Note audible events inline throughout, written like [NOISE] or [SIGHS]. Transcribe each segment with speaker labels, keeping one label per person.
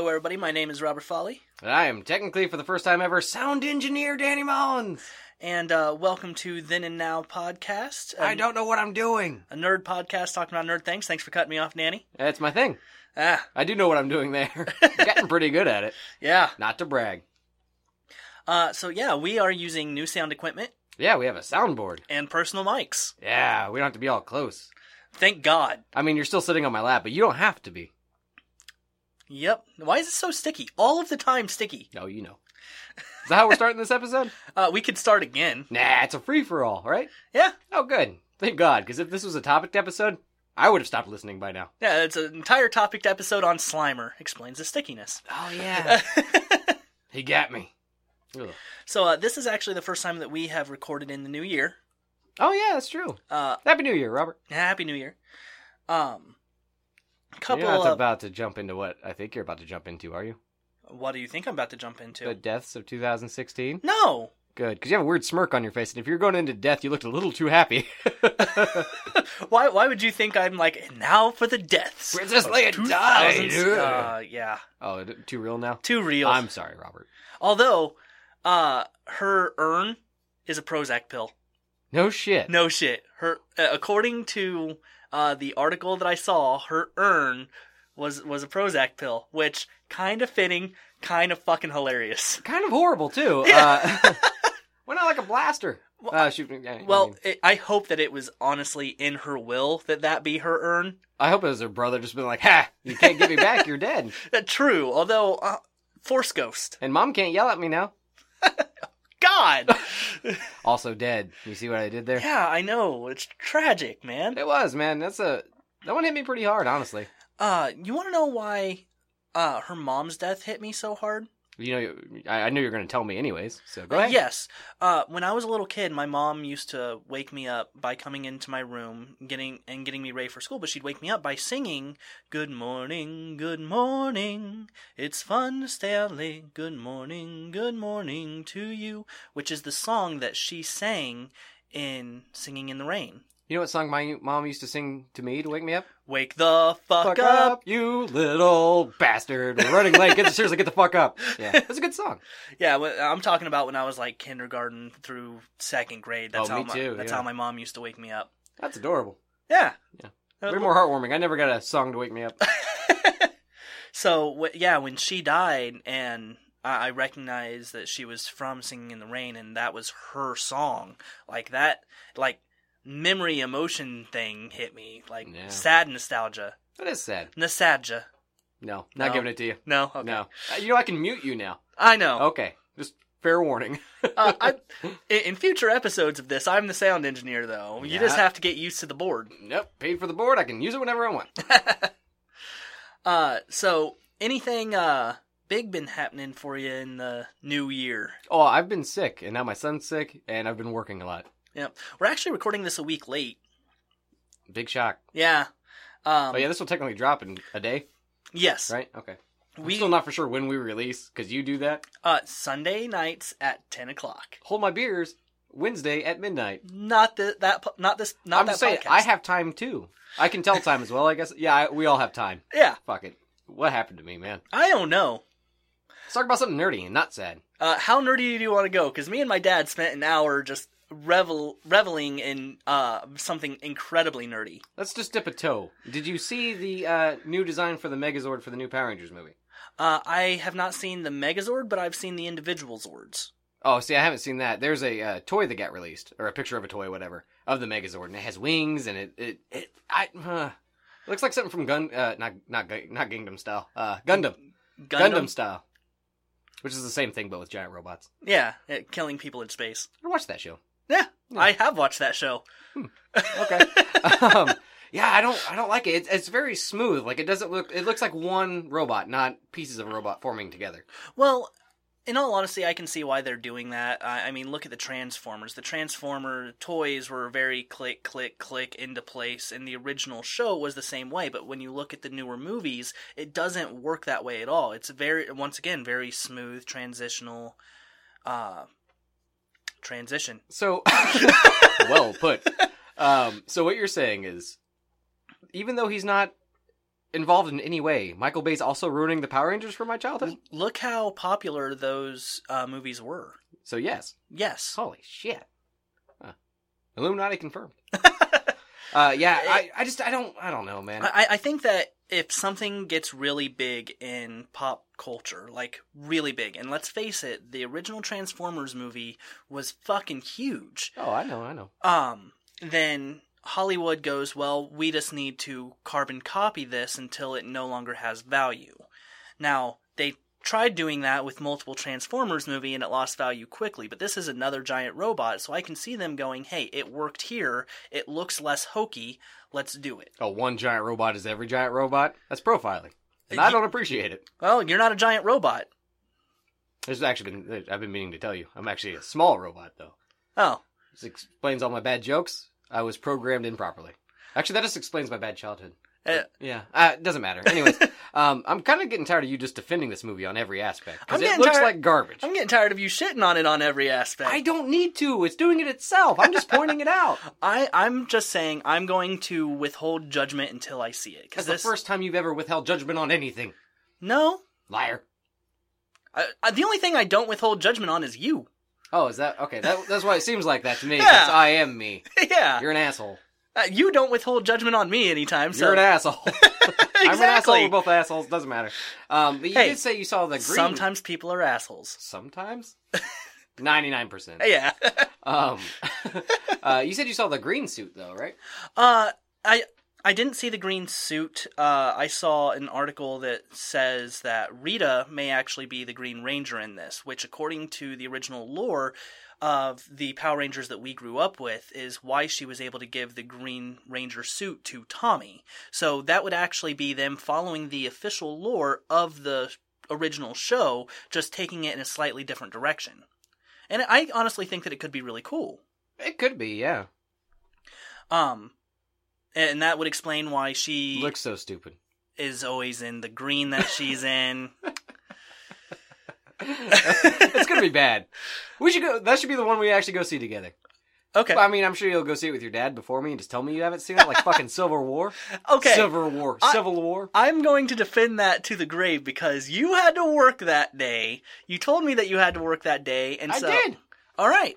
Speaker 1: everybody. My name is Robert Folly,
Speaker 2: And I am technically, for the first time ever, sound engineer Danny Mullins.
Speaker 1: and uh, welcome to Then and Now podcast. a-
Speaker 2: I don't know what I'm doing.
Speaker 1: a nerd podcast talking about nerd things. Thanks for cutting me off, Nanny.
Speaker 2: That's my thing.
Speaker 1: Ah,
Speaker 2: I do know what I'm doing [LAUGHS] there. Getting pretty good at it.
Speaker 1: yeah.
Speaker 2: Not to brag.
Speaker 1: Uh, so yeah, we are using new sound equipment
Speaker 2: Yeah, we have a soundboard.
Speaker 1: and personal mics.
Speaker 2: Yeah, we don't have to be all close.
Speaker 1: Thank God.
Speaker 2: I mean, you're still sitting on my lap, but you don't have to be.
Speaker 1: Yep. Why is it so sticky? All of the time sticky.
Speaker 2: No, you know. Is that how we're starting this [LAUGHS] episode?
Speaker 1: Uh, we could start again.
Speaker 2: Nah, it's a free for all, right?
Speaker 1: Yeah.
Speaker 2: Oh, good. Thank God, because if this was a topic episode, I would have stopped listening by now.
Speaker 1: Yeah, it's an entire topic episode on Slimer explains the stickiness.
Speaker 2: Oh, yeah. [LAUGHS] he got me. Ugh.
Speaker 1: So uh, this is actually the first time that we have recorded in the new year.
Speaker 2: Oh, yeah, that's true.
Speaker 1: Uh,
Speaker 2: Happy New Year, Robert.
Speaker 1: happy New Year. Um, couple
Speaker 2: You're not
Speaker 1: of
Speaker 2: about to jump into what I think you're about to jump into, are you?
Speaker 1: what do you think I'm about to jump into?
Speaker 2: The deaths of 2016.
Speaker 1: No, [LAUGHS]
Speaker 2: Good, because you have a weird smirk on your face, and if you're going into death, you looked a little too happy. [LAUGHS]
Speaker 1: why? Why would you think I'm like "And now for the deaths?
Speaker 2: Princess Leia
Speaker 1: 2000s?
Speaker 2: died.
Speaker 1: Uh, yeah,
Speaker 2: oh, is it too real now.
Speaker 1: too real.
Speaker 2: I'm sorry, Robert.
Speaker 1: Although, uh, her urn is a Prozac pill.
Speaker 2: No shit.
Speaker 1: No shit. Her, uh, according to uh, the article that I saw, her urn was was a Prozac pill, which kind of fitting, kind of fucking hilarious.
Speaker 2: Kind of
Speaker 1: [LAUGHS]
Speaker 2: horrible too. Uh, [LAUGHS] why not like a blaster? uh, shoot, me- I, I,
Speaker 1: Well,
Speaker 2: mean,
Speaker 1: it, I hope that it was honestly in her will that that be her urn.
Speaker 2: I hope it was her brother just been like, "Ha, you can't get me back. You're dead." [LAUGHS]
Speaker 1: Uh, true, although uh, Force Ghost,
Speaker 2: And mom can't yell at me now. [LAUGHS]
Speaker 1: God,
Speaker 2: Also dead. You see what I did there?
Speaker 1: yeah, I know it's tragic, man.
Speaker 2: It was man. That's a that one hit me pretty hard, honestly.
Speaker 1: Uh, you want to know why uh her mom's death hit me so hard?
Speaker 2: You know, I, I knew you were going to tell me anyways. So go ahead.
Speaker 1: Yes. Uh, when I was a little kid, my mom used to wake me up by coming into my room, getting and getting me ready for school. But she'd wake me up by singing "Good morning, good morning, it's fun to stay out late. Good morning, good morning to you," which is the song that she sang in "Singing in the Rain."
Speaker 2: You know what song my mom used to sing to me to wake me up?
Speaker 1: Wake the fuck,
Speaker 2: Fuck
Speaker 1: up.
Speaker 2: up, you little bastard! We're running late. Get the, seriously, get the
Speaker 1: [LAUGHS]
Speaker 2: fuck up. Yeah, that's a good song.
Speaker 1: Yeah, wh- I'm talking about when I was like kindergarten through second grade. That's
Speaker 2: Oh,
Speaker 1: how
Speaker 2: me
Speaker 1: my,
Speaker 2: too,
Speaker 1: That's
Speaker 2: yeah.
Speaker 1: how my mom used to wake me up.
Speaker 2: That's adorable.
Speaker 1: Yeah.
Speaker 2: Yeah.
Speaker 1: Uh,
Speaker 2: Way more heartwarming. I never got a song to wake me up.
Speaker 1: [LAUGHS] So wh- yeah, when she died, and I, I recognized that she was from "Singing in the Rain," and that was her song. Like that, like memory, emotion thing hit me. Like
Speaker 2: Yeah.
Speaker 1: sad nostalgia,
Speaker 2: That is sad.
Speaker 1: nostalgia.
Speaker 2: No, not
Speaker 1: No.
Speaker 2: giving it to you.
Speaker 1: No, okay.
Speaker 2: No, Oh, Uh, you know I can mute you now.
Speaker 1: I know.
Speaker 2: Okay, just fair warning. [LAUGHS]
Speaker 1: Uh, I, in, in future episodes of this, I'm the sound engineer, though. You just
Speaker 2: Yeah.
Speaker 1: have to get used to the board.
Speaker 2: Nope, paid for the board. I can use it whenever
Speaker 1: [LAUGHS]
Speaker 2: I want.
Speaker 1: Uh, so anything uh big been happening for you in the new year?
Speaker 2: Oh, I've been sick, and now my son's sick, and I've been working a lot.
Speaker 1: Yep. We're actually recording this a week late.
Speaker 2: Big shock.
Speaker 1: Yeah. Um,
Speaker 2: Oh yeah, this will technically drop in a day,
Speaker 1: yes.
Speaker 2: right? Okay. We
Speaker 1: We
Speaker 2: still not for sure when we release because you do that.
Speaker 1: uh Sunday nights at ten o'clock.
Speaker 2: Hold my beers. Wednesday at midnight.
Speaker 1: Not the, that po- not this not
Speaker 2: I'm
Speaker 1: that
Speaker 2: just saying,
Speaker 1: podcast.
Speaker 2: I have time too. I can tell time as well. I guess. Yeah, I, we all have time.
Speaker 1: yeah.
Speaker 2: Fuck it. What happened to me, man?
Speaker 1: I don't know.
Speaker 2: Let's talk about something nerdy and not sad.
Speaker 1: Uh, how nerdy do you want to go? Because me and my dad spent an hour just revel reveling in uh something incredibly nerdy.
Speaker 2: Let's just dip a toe. Did you see the uh, new design for the Megazord for the new Power Rangers movie?
Speaker 1: Uh, I have not seen the Megazord, but I've seen the individual Zords.
Speaker 2: Oh, see, I haven't seen that. There's a uh, toy that got released, or a picture of a toy, whatever, of the Megazord, and it has wings, and it it it I uh, looks like something from Gun uh, not not Gu- not Gundam style, uh, Gundam. Gundam style, which is the same thing but with giant robots.
Speaker 1: Yeah, uh, killing people in space.
Speaker 2: I watched that show.
Speaker 1: Yeah, I have watched that show.
Speaker 2: Okay. [LAUGHS] um, yeah, I don't I don't like it. It's, it's very smooth. Like it doesn't look. It looks like one robot, not pieces of a robot forming together.
Speaker 1: Well, in all honesty, I can see why they're doing that. I, I mean, look at the Transformers. The Transformer toys were very click, click, click into place, and the original show was the same way. But when you look at the newer movies, it doesn't work that way at all. It's very, once again, very smooth, transitional, uh, transition.
Speaker 2: So [LAUGHS] well put. Um, so what you're saying is, even though he's not involved in any way. Michael Bay's also ruining the Power Rangers for my childhood.
Speaker 1: Look how popular those uh, movies were.
Speaker 2: So yes,
Speaker 1: Yes.
Speaker 2: holy shit, Huh. Illuminati [LAUGHS] confirmed. uh, yeah, I, I just I don't I don't know, man.
Speaker 1: I, I think that if something gets really big in pop culture, like really big, and let's face it, the original Transformers movie was fucking huge.
Speaker 2: oh, I know, I know.
Speaker 1: Um, then Hollywood goes, well, we just need to carbon copy this until it no longer has value. Now they tried doing that with multiple Transformers movie and it lost value quickly, but this is another giant robot, so I can see them going, hey, it worked here, it looks less hokey, let's do it.
Speaker 2: Oh, one giant robot is every giant robot. That's profiling, and I don't appreciate it.
Speaker 1: Well, you're not a giant robot.
Speaker 2: There's actually been I've been meaning to tell you. I'm actually a small robot though.
Speaker 1: Oh,
Speaker 2: This explains all my bad jokes. I was programmed improperly. Actually, that just explains my bad childhood.
Speaker 1: Uh,
Speaker 2: yeah, uh, it doesn't matter. Anyways,
Speaker 1: [LAUGHS]
Speaker 2: um, I'm kind of getting tired of you just defending this movie on every aspect
Speaker 1: I'm
Speaker 2: because it
Speaker 1: getting
Speaker 2: looks
Speaker 1: tired-
Speaker 2: like garbage.
Speaker 1: I'm getting tired of you shitting on it on every aspect.
Speaker 2: [LAUGHS] I don't need to. It's doing it itself. I'm just pointing
Speaker 1: [LAUGHS]
Speaker 2: it out.
Speaker 1: I, I'm just saying I'm going to withhold judgment until I see it.
Speaker 2: That's
Speaker 1: Because this,
Speaker 2: the first time you've ever withheld judgment on anything.
Speaker 1: no,
Speaker 2: Liar.
Speaker 1: I, I, the only thing I don't withhold judgment on is you. [LAUGHS]
Speaker 2: Oh, is that okay? That, that's why it seems like that to me.
Speaker 1: Yeah.
Speaker 2: 'cause I am me.
Speaker 1: yeah,
Speaker 2: You're an asshole.
Speaker 1: Uh, you don't withhold judgment on me anytime. So
Speaker 2: You're an [LAUGHS] asshole.
Speaker 1: [LAUGHS]
Speaker 2: I'm an asshole.
Speaker 1: Exactly.
Speaker 2: We're both assholes. Doesn't matter. Um, but you
Speaker 1: Hey,
Speaker 2: did say you saw the green.
Speaker 1: sometimes people are assholes.
Speaker 2: [LAUGHS] Sometimes. Ninety nine percent.
Speaker 1: Yeah. [LAUGHS]
Speaker 2: [LAUGHS] Um, uh, you said you saw the green suit though, right?
Speaker 1: Uh, I I didn't see the green suit. Uh, I saw an article that says that Rita may actually be the Green Ranger in this, which, according to the original lore of the Power Rangers that we grew up with, is why she was able to give the Green Ranger suit to Tommy. So that would actually be them following the official lore of the original show, just taking it in a slightly different direction. And I honestly think that it could be really cool.
Speaker 2: It could be. Yeah.
Speaker 1: Um, and that would explain why she
Speaker 2: Looks so [LAUGHS] stupid.
Speaker 1: is always in the green
Speaker 2: [LAUGHS]
Speaker 1: that she's in.
Speaker 2: it's gonna be bad. We should go. That should be the one we actually go see together.
Speaker 1: Okay.
Speaker 2: I mean, I'm sure you'll go see it with your dad before me and just tell me you haven't seen it, like fucking Civil [LAUGHS] War.
Speaker 1: Okay.
Speaker 2: Civil War.
Speaker 1: I-
Speaker 2: Civil War.
Speaker 1: I'm going to defend that to the grave because you had to work that day. You told me that you had to work that day, and
Speaker 2: I
Speaker 1: so
Speaker 2: did.
Speaker 1: all right.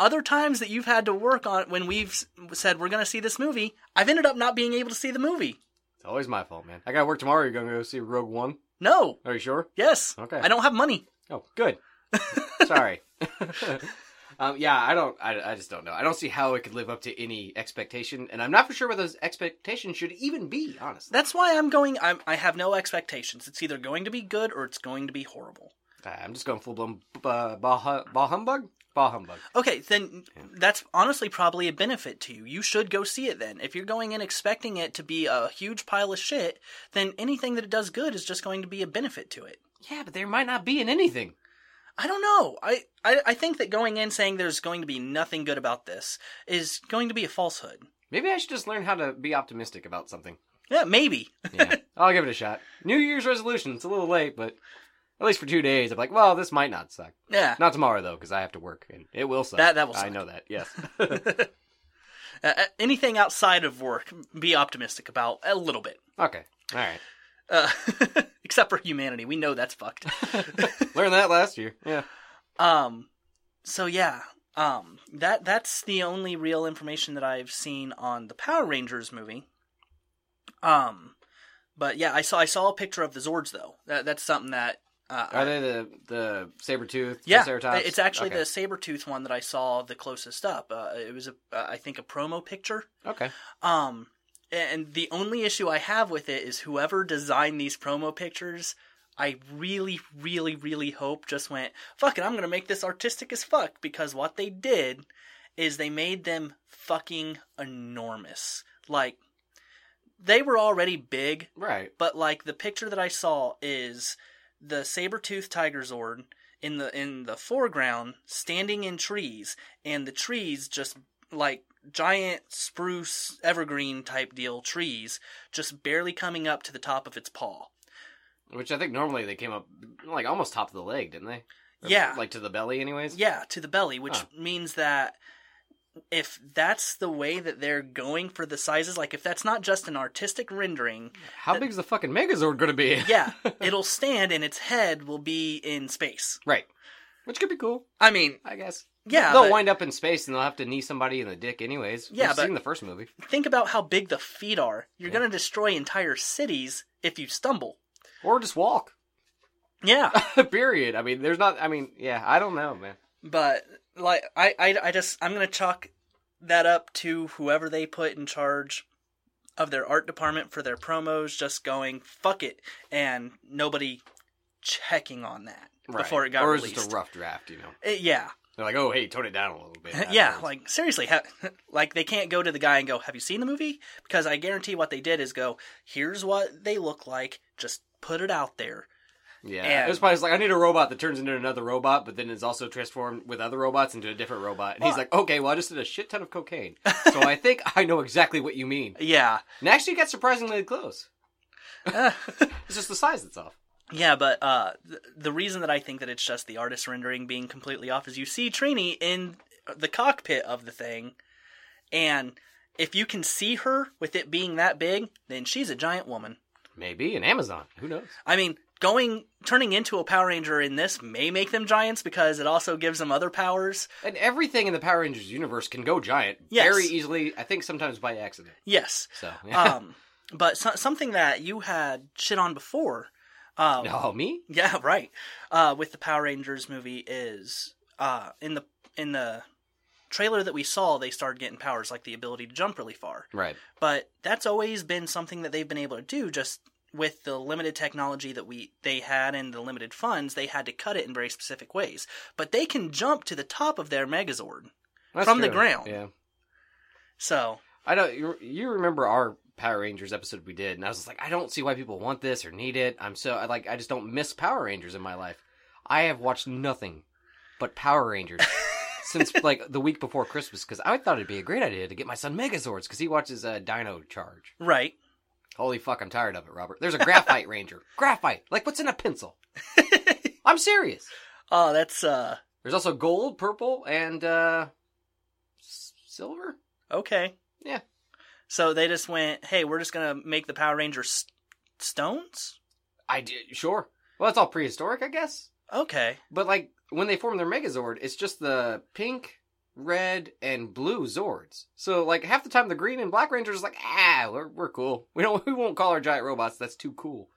Speaker 1: Other times that you've had to work on when we've s- said we're going to see this movie, I've ended up not being able to see the movie.
Speaker 2: It's always my fault, man. I gotta work tomorrow. You're gonna go see Rogue One.
Speaker 1: No.
Speaker 2: Are you sure?
Speaker 1: Yes.
Speaker 2: Okay.
Speaker 1: I don't have money.
Speaker 2: Oh, good. Sorry. [LAUGHS] um, yeah, I don't. I, I just don't know. I don't see how it could live up to any expectation, and I'm not for sure what those expectations should even be. Honestly,
Speaker 1: That's why I'm going. I'm, I have no expectations. It's either going to be good or it's going to be horrible.
Speaker 2: Uh, I'm just going full blown bah, bah, hu- bah humbug. Bah humbug.
Speaker 1: Okay, then that's honestly probably a benefit to you. You should go see it then. If you're going in expecting it to be a huge pile of shit, then anything that it does good is just going to be a benefit to it.
Speaker 2: Yeah, but there might not be in anything.
Speaker 1: I don't know. I, I, I think that going in saying there's going to be nothing good about this is going to be a falsehood.
Speaker 2: Maybe I should just learn how to be optimistic about something.
Speaker 1: Yeah, maybe. [LAUGHS]
Speaker 2: Yeah, [LAUGHS] I'll give it a shot. New Year's resolution. It's a little late, but at least for two days, I'm like, well, this might not suck.
Speaker 1: Yeah.
Speaker 2: Not tomorrow though, because I have to work, and it will suck.
Speaker 1: That- that will
Speaker 2: I
Speaker 1: suck.
Speaker 2: know that. [LAUGHS] Yes.
Speaker 1: Uh, uh, anything outside of work, be optimistic about a little bit.
Speaker 2: okay. All right.
Speaker 1: Uh, [LAUGHS] except for humanity. We know that's fucked.
Speaker 2: Learned that last year. Yeah.
Speaker 1: Um, so yeah, um, that that's the only real information that I've seen on the Power Rangers movie. Um, but yeah, I saw I saw a picture of the Zords though. That that's something that uh,
Speaker 2: Are they the the saber tooth?
Speaker 1: yeah,
Speaker 2: Triceratops?
Speaker 1: it's actually
Speaker 2: okay.
Speaker 1: the saber tooth one that I saw the closest up. Uh, it was a uh, I think a promo picture.
Speaker 2: Okay.
Speaker 1: Um, and the only issue I have with it is whoever designed these promo pictures. I really, really, really hope just went fuck it. I'm gonna make this artistic as fuck because what they did is they made them fucking enormous. Like they were already big,
Speaker 2: Right.
Speaker 1: but like the picture that I saw is the saber-toothed tiger zord in the in the foreground standing in trees and the trees just like giant spruce evergreen type deal trees just barely coming up to the top of its paw.
Speaker 2: Which I think normally they came up like almost top of the leg, didn't they? Or,
Speaker 1: Yeah.
Speaker 2: Like to the belly, anyways.
Speaker 1: Yeah, to the belly, which
Speaker 2: Huh.
Speaker 1: means that if that's the way that they're going for the sizes, like if that's not just an artistic rendering,
Speaker 2: How big's the fucking Megazord gonna be?
Speaker 1: [LAUGHS]
Speaker 2: [LAUGHS]
Speaker 1: yeah, it'll stand and its head will be in space.
Speaker 2: Right. Which could be cool,
Speaker 1: I mean,
Speaker 2: I guess.
Speaker 1: yeah,
Speaker 2: they'll
Speaker 1: but
Speaker 2: wind up in space and they'll have to knee somebody in the dick anyways.
Speaker 1: Yeah,
Speaker 2: We've
Speaker 1: but-
Speaker 2: seen the first movie.
Speaker 1: think about how big the feet are. You're
Speaker 2: Yeah.
Speaker 1: going to destroy entire cities if you stumble.
Speaker 2: Or just walk. [LAUGHS]
Speaker 1: Yeah,
Speaker 2: Period. I mean, there's not I mean, yeah, I don't know, man.
Speaker 1: [LAUGHS] but like I, I, I just I'm going to chalk that up to whoever they put in charge of their art department for their promos just going fuck it and nobody checking on that before it got
Speaker 2: or
Speaker 1: released.
Speaker 2: it's just a rough draft, you know.
Speaker 1: Uh, yeah.
Speaker 2: They're like, oh, hey, tone it down a little
Speaker 1: [LAUGHS]
Speaker 2: bit.
Speaker 1: yeah,
Speaker 2: afterwards.
Speaker 1: like seriously, ha- [LAUGHS] like they can't go to the guy and go, "Have you seen the movie?" Because I guarantee what they did is go, "Here's what they look like. Just put it out there."
Speaker 2: yeah.
Speaker 1: and-
Speaker 2: It was probably just like I need a robot that turns into another robot, but then is also transformed with other robots into a different robot. And he's
Speaker 1: Well-
Speaker 2: like, okay, well, I just did a shit ton of cocaine, so I think [LAUGHS] I know exactly what you mean.
Speaker 1: Yeah,
Speaker 2: And actually, it got surprisingly close.
Speaker 1: Uh,
Speaker 2: [LAUGHS] It's just the size that's off.
Speaker 1: yeah, but uh, th- the reason that I think that it's just the artist rendering being completely off is you see Trini in the cockpit of the thing, and if you can see her with it being that big, then she's a giant woman.
Speaker 2: Maybe an Amazon. Who knows?
Speaker 1: I mean, going turning into a Power Ranger in this may make them giants because it also gives them other powers.
Speaker 2: And everything in the Power Rangers universe can go giant
Speaker 1: Yes.
Speaker 2: very easily. I think sometimes by accident.
Speaker 1: Yes.
Speaker 2: So, yeah.
Speaker 1: um, but so, something that you had shit on before, um,
Speaker 2: [LAUGHS] oh me?
Speaker 1: yeah, [LAUGHS] right. Uh, with the Power Rangers movie is uh, in the in the trailer that we saw, they started getting powers like the ability to jump really far.
Speaker 2: Right.
Speaker 1: But that's always been something that they've been able to do, just with the limited technology that we they had and the limited funds, they had to cut it in very specific ways. But they can jump to the top of their Megazord,
Speaker 2: That's
Speaker 1: From the
Speaker 2: true.
Speaker 1: ground.
Speaker 2: Yeah.
Speaker 1: so
Speaker 2: I know you, you remember our Power Rangers episode we did, and I was just like, I don't see why people want this or need it. I'm so I like I just don't miss Power Rangers in my life. I have watched nothing but Power Rangers since like the week before Christmas because I thought it'd be a great idea to get my son Megazords because he watches uh, Dino Charge.
Speaker 1: right.
Speaker 2: Holy fuck, I'm tired of it, Robert. There's a graphite ranger. Graphite, like what's in a pencil? I'm serious.
Speaker 1: Oh, that's uh
Speaker 2: There's also gold, purple, and uh s- silver.
Speaker 1: Okay.
Speaker 2: Yeah.
Speaker 1: So they just went, hey, we're just gonna make the Power Rangers st- stones.
Speaker 2: I did sure. Well, that's all prehistoric, I guess.
Speaker 1: Okay.
Speaker 2: But like when they form their Megazord, it's just the pink, red, and blue Zords. So like half the time, the Green and Black Rangers is like, ah, we're, we're cool. We don't [LAUGHS] we won't call our giant robots. That's too cool.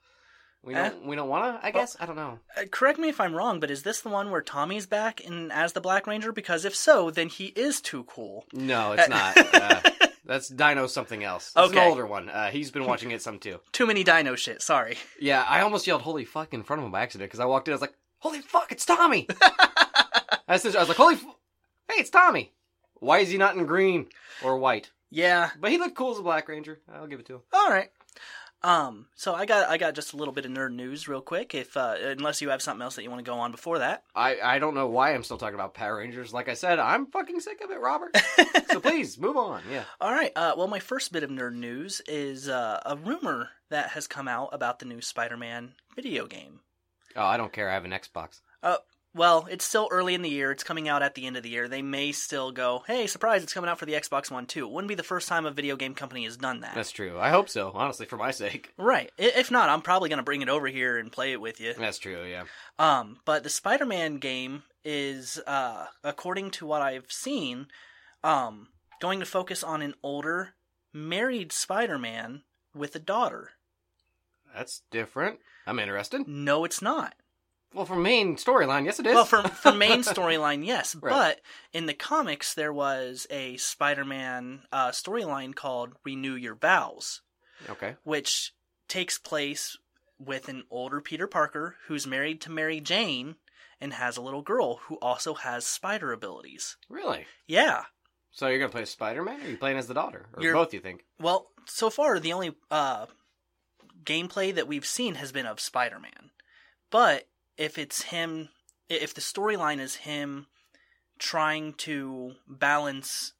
Speaker 2: We
Speaker 1: Eh?
Speaker 2: don't we don't wanna. I guess I don't know.
Speaker 1: Uh, correct me if I'm wrong, but is this the one where Tommy's back and as the Black Ranger? Because if so, then he is too cool.
Speaker 2: No, [LAUGHS] it's not. uh, that's Dino something else. It's
Speaker 1: Okay.
Speaker 2: an older one. Uh, he's been watching it some too.
Speaker 1: [LAUGHS] Too many Dino shit. Sorry.
Speaker 2: Yeah, I almost yelled "Holy fuck!" in front of him by accident because I walked in. I was like, "Holy fuck, it's [LAUGHS] Tommy!" I said, "I was like, holy, f- hey, it's Tommy." Why is he not in green or white?
Speaker 1: Yeah.
Speaker 2: But he looked cool as a Black Ranger. I'll give it to him.
Speaker 1: All right. Um. So I got I got just a little bit of nerd news real quick. If uh, unless you have something else that you want to go on before that.
Speaker 2: I, I don't know why I'm still talking about Power Rangers. Like I said, I'm fucking sick of it, [LAUGHS] Robert. so please move on. Yeah.
Speaker 1: All right. Uh, well, my first bit of nerd news is uh, a rumor that has come out about the new Spider-Man video game.
Speaker 2: Oh, I don't care. I have an Xbox.
Speaker 1: Well, it's still early in the year. It's coming out at the end of the year. They may still go, hey, surprise, it's coming out for the Xbox One too. It wouldn't be the first time a video game company has done that.
Speaker 2: That's true. I hope so. Honestly, for my sake.
Speaker 1: right. I- If not, I'm probably going to bring it over here and play it with you.
Speaker 2: That's true. Yeah.
Speaker 1: Um, but the Spider Man game is, uh, according to what I've seen, um, going to focus on an older, married Spider Man with a daughter.
Speaker 2: That's different. I'm interested.
Speaker 1: No, it's not.
Speaker 2: Well, for main storyline, yes, it is.
Speaker 1: Well, for for
Speaker 2: [LAUGHS]
Speaker 1: main storyline, yes,
Speaker 2: Right.
Speaker 1: but in the comics there was a Spider-Man uh, storyline called "Renew Your Vows,"
Speaker 2: okay.
Speaker 1: which takes place with an older Peter Parker who's married to Mary Jane and has a little girl who also has spider abilities.
Speaker 2: Really.
Speaker 1: Yeah.
Speaker 2: So you're gonna play Spider Man, or are you playing as the daughter, or
Speaker 1: You're-
Speaker 2: both? You think?
Speaker 1: Well, so far the only uh, gameplay that we've seen has been of Spider-Man, but if it's him, i- if the storyline is him trying to balance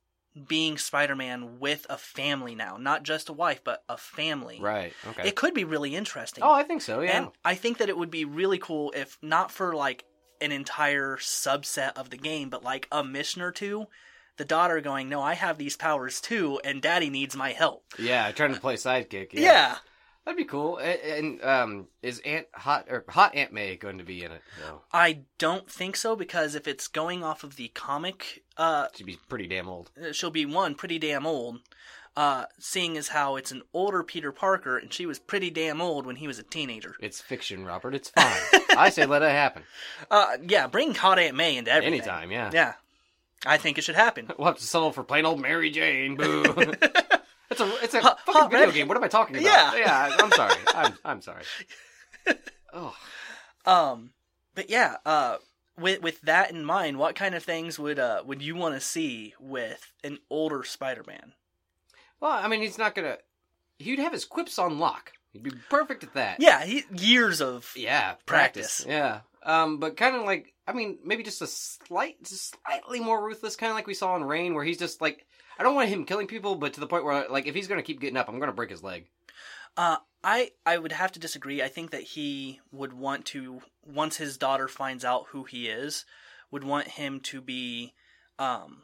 Speaker 1: being Spider-Man with a family now, not just a wife, but a family,
Speaker 2: Right. Okay.
Speaker 1: it could be really interesting.
Speaker 2: oh, I think so. Yeah.
Speaker 1: And I think that it would be really cool if not for like an entire subset of the game, but like a mission or two the daughter going, "No, I have these powers too, and Daddy needs my help."
Speaker 2: Yeah, trying to play sidekick.
Speaker 1: Yeah,
Speaker 2: Yeah. That'd be cool. And, and um, is Aunt Hot or Hot Aunt May going to be in it? No,
Speaker 1: I don't think so because if it's going off of the comic, uh,
Speaker 2: she'd be pretty damn old.
Speaker 1: she'll be one pretty damn old. Uh, seeing as how it's an older Peter Parker, and she was pretty damn old when he was a teenager.
Speaker 2: It's fiction, Robert. It's fine.
Speaker 1: [LAUGHS]
Speaker 2: I say let it happen
Speaker 1: Uh, yeah, bring Hot Aunt May into everything.
Speaker 2: anytime. Yeah.
Speaker 1: Yeah, I think it should
Speaker 2: [LAUGHS]
Speaker 1: happen.
Speaker 2: We'll have to settle for plain old Mary Jane.
Speaker 1: [LAUGHS]
Speaker 2: Boo. it's a it's a
Speaker 1: Hot-
Speaker 2: fucking
Speaker 1: hot
Speaker 2: video
Speaker 1: red-
Speaker 2: game. What am I talking about?
Speaker 1: Yeah.
Speaker 2: Yeah.
Speaker 1: [LAUGHS]
Speaker 2: I'm sorry. I'm I'm sorry. Oh,
Speaker 1: Um, but yeah, uh, with with that in mind, what kind of things would uh would you want to see with an older Spider-Man?
Speaker 2: well, I mean, he's not gonna. He'd have his quips on lock. He'd be perfect at that.
Speaker 1: Yeah, he, years of
Speaker 2: Yeah,
Speaker 1: Practice.
Speaker 2: Yeah, um, but kind of like I mean, maybe just a slight, just slightly more ruthless, kind of like we saw in Rain, where he's just like, I don't want him killing people, but to the point where like if he's gonna keep getting up, I'm gonna break his leg.
Speaker 1: Uh, I I would have to disagree. I think that he would want to once his daughter finds out who he is, would want him to be, um,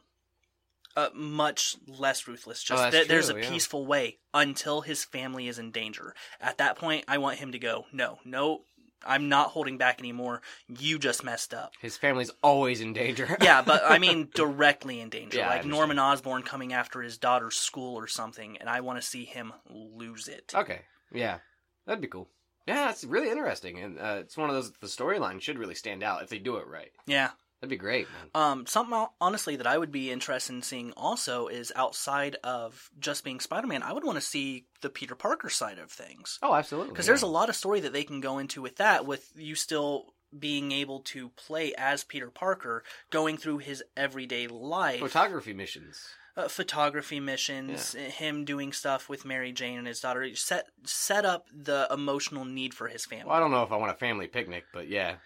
Speaker 1: uh, much less ruthless. Just
Speaker 2: Oh, that's
Speaker 1: that there's
Speaker 2: true,
Speaker 1: a
Speaker 2: yeah.
Speaker 1: peaceful way until his family is in danger. At that point, I want him to go. No, no, I'm not holding back anymore. You just messed up.
Speaker 2: His family's always in danger.
Speaker 1: yeah, but I mean directly in danger,
Speaker 2: Yeah, I
Speaker 1: like
Speaker 2: understand.
Speaker 1: Norman Osborn coming after his daughter's school or something, and I want to see him lose it.
Speaker 2: [LAUGHS] okay. Yeah, that'd be cool. Yeah, it's really interesting, and uh, it's one of those. The storyline should really stand out if they do it right.
Speaker 1: Yeah.
Speaker 2: That'd be great, man.
Speaker 1: Um, something hon- honestly that I would be interested in seeing also is outside of just being Spider-Man, I would want to see the Peter Parker side of things
Speaker 2: Oh, absolutely.
Speaker 1: because
Speaker 2: yeah.
Speaker 1: there's a lot of story that they can go into with that, with you still being able to play as Peter Parker, going through his everyday life,
Speaker 2: photography missions.
Speaker 1: uh, photography missions, eh, him doing stuff with Mary Jane and his daughter, you set set up the emotional need for his family.
Speaker 2: Well, I don't know if I want a family picnic, but yeah.